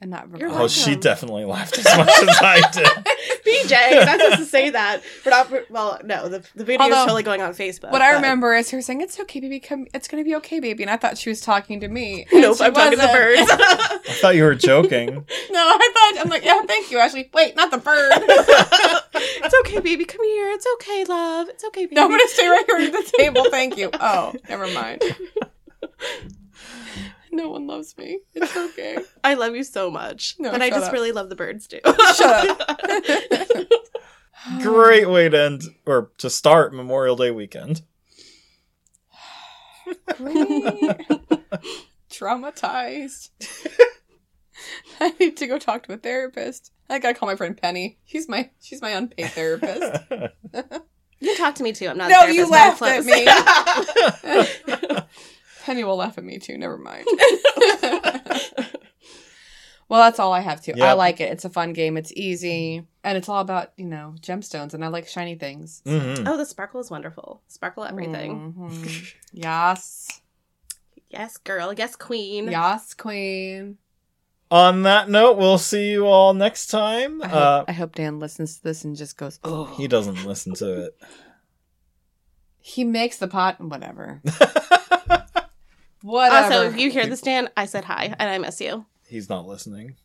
Speaker 1: and not.
Speaker 3: You're
Speaker 2: Oh,
Speaker 1: recording.
Speaker 2: she
Speaker 3: welcome.
Speaker 2: definitely laughed as much as I did.
Speaker 3: PJ, you're not supposed to say that. We're not. Well, no, the, the video is
Speaker 1: Although,
Speaker 3: totally going on Facebook.
Speaker 1: What I
Speaker 3: but-
Speaker 1: remember is her saying, "It's okay, baby. Come, it's gonna be okay, baby." And I thought she was talking to me. and
Speaker 3: Nope,
Speaker 1: she
Speaker 3: I'm talking to
Speaker 1: wasn't.
Speaker 2: I
Speaker 3: birds.
Speaker 2: thought you were joking.
Speaker 1: No, I thought I'm like, yeah, thank you, Ashley. Wait, not the bird.
Speaker 3: it's okay, baby. Come here. It's okay, love. It's okay, baby.
Speaker 1: No, I'm gonna stay right here at the table. Thank you. Oh, never mind. No one loves me. It's okay.
Speaker 3: I love you so much,
Speaker 1: No,
Speaker 3: but I
Speaker 1: shut
Speaker 3: just
Speaker 1: up.
Speaker 3: really love the birds too.
Speaker 1: Shut
Speaker 2: Great way to end or to start Memorial Day weekend.
Speaker 1: Great. Traumatized. I need to go talk to a therapist. I gotta call my friend Penny. She's my she's my unpaid therapist.
Speaker 3: you can talk to me too. I'm not.
Speaker 1: No,
Speaker 3: a
Speaker 1: you
Speaker 3: therapist, but
Speaker 1: laughed
Speaker 3: I'm close.
Speaker 1: Penny will laugh at me too. Never mind. well, that's all I have too. I
Speaker 2: Yep.
Speaker 1: like it. It's a fun game. It's easy, and it's all about you know gemstones, and I like shiny things.
Speaker 2: Mhm.
Speaker 3: oh, the sparkle is wonderful. Sparkle everything.
Speaker 1: Mhm. Yas,
Speaker 3: Yes, girl. Yes, queen.
Speaker 1: yas, queen.
Speaker 2: On that note, we'll see you all next time.
Speaker 1: I hope,
Speaker 2: Uh,
Speaker 1: I hope Dan listens to this and just goes, "Oh,
Speaker 2: he
Speaker 1: he,
Speaker 2: doesn't listen to it.
Speaker 1: makes the pot." Whatever. Whatever.
Speaker 3: Also, if you hear this, Dan, I said hi, and I miss you.
Speaker 2: He's not listening.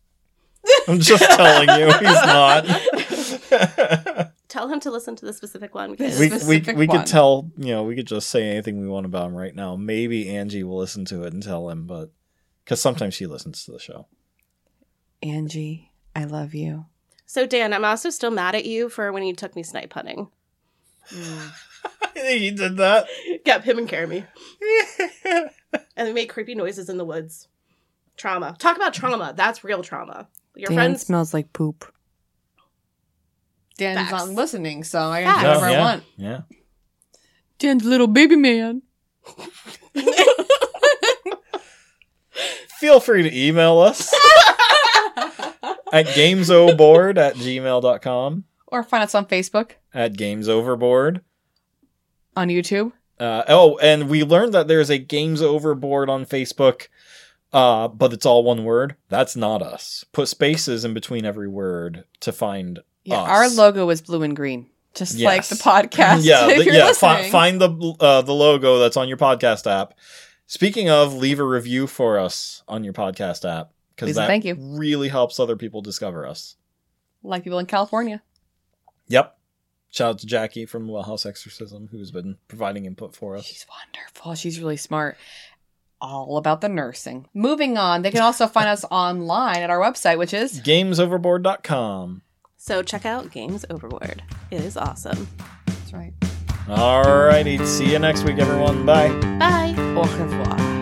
Speaker 2: I'm just telling you, he's not.
Speaker 3: Tell him to listen to the specific one because
Speaker 2: we we,
Speaker 1: Specific
Speaker 2: we
Speaker 1: one.
Speaker 2: could tell, you know, we could just say anything we want about him right now. Maybe Angie will listen to it and tell him, but because sometimes she listens to the show.
Speaker 1: Angie, I love you.
Speaker 3: So Dan, I'm also still mad at you for when you took me snipe hunting. Mm,
Speaker 2: he did that.
Speaker 3: Yep, him and Jeremy. and they make creepy noises in the woods. Trauma. Talk about trauma. That's real trauma. Your
Speaker 1: Dan
Speaker 3: friends
Speaker 1: smells like poop. Dan's
Speaker 3: Facts.
Speaker 1: not listening, so I
Speaker 3: Facts.
Speaker 1: can do whatever
Speaker 2: yeah,
Speaker 1: I want.
Speaker 2: yeah.
Speaker 1: Dan's little baby man.
Speaker 2: Feel free to email us. at gamesoverboard at gmail.com
Speaker 1: or find us on Facebook,
Speaker 2: at games overboard
Speaker 1: on YouTube.
Speaker 2: uh, oh and we learned that there's a games overboard on facebook uh, but it's all one word that's not us put spaces in between every word to find
Speaker 1: Yeah,
Speaker 2: Us.
Speaker 1: our logo is blue and green, just
Speaker 2: Yes.
Speaker 1: like the podcast.
Speaker 2: yeah
Speaker 1: if
Speaker 2: th-
Speaker 1: you're
Speaker 2: yeah fi-
Speaker 1: listening.
Speaker 2: find the uh, the logo that's on your podcast app speaking of leave a review for us on your podcast app
Speaker 1: Please
Speaker 2: because
Speaker 1: and
Speaker 2: that
Speaker 1: thank you.
Speaker 2: really helps other people discover us
Speaker 1: Like people in California.
Speaker 2: Yep. Shout out to Jackie from Wellhouse Exorcism, who's been providing input for us.
Speaker 1: She's wonderful. She's really smart. All about the nursing. Moving on, they can also find us online at our website, which is
Speaker 2: Gamesoverboard.com.
Speaker 3: So check out Games Overboard. It is awesome.
Speaker 1: that's right.
Speaker 2: Alrighty, see you next week, everyone. Bye.
Speaker 3: Bye.
Speaker 1: Au revoir.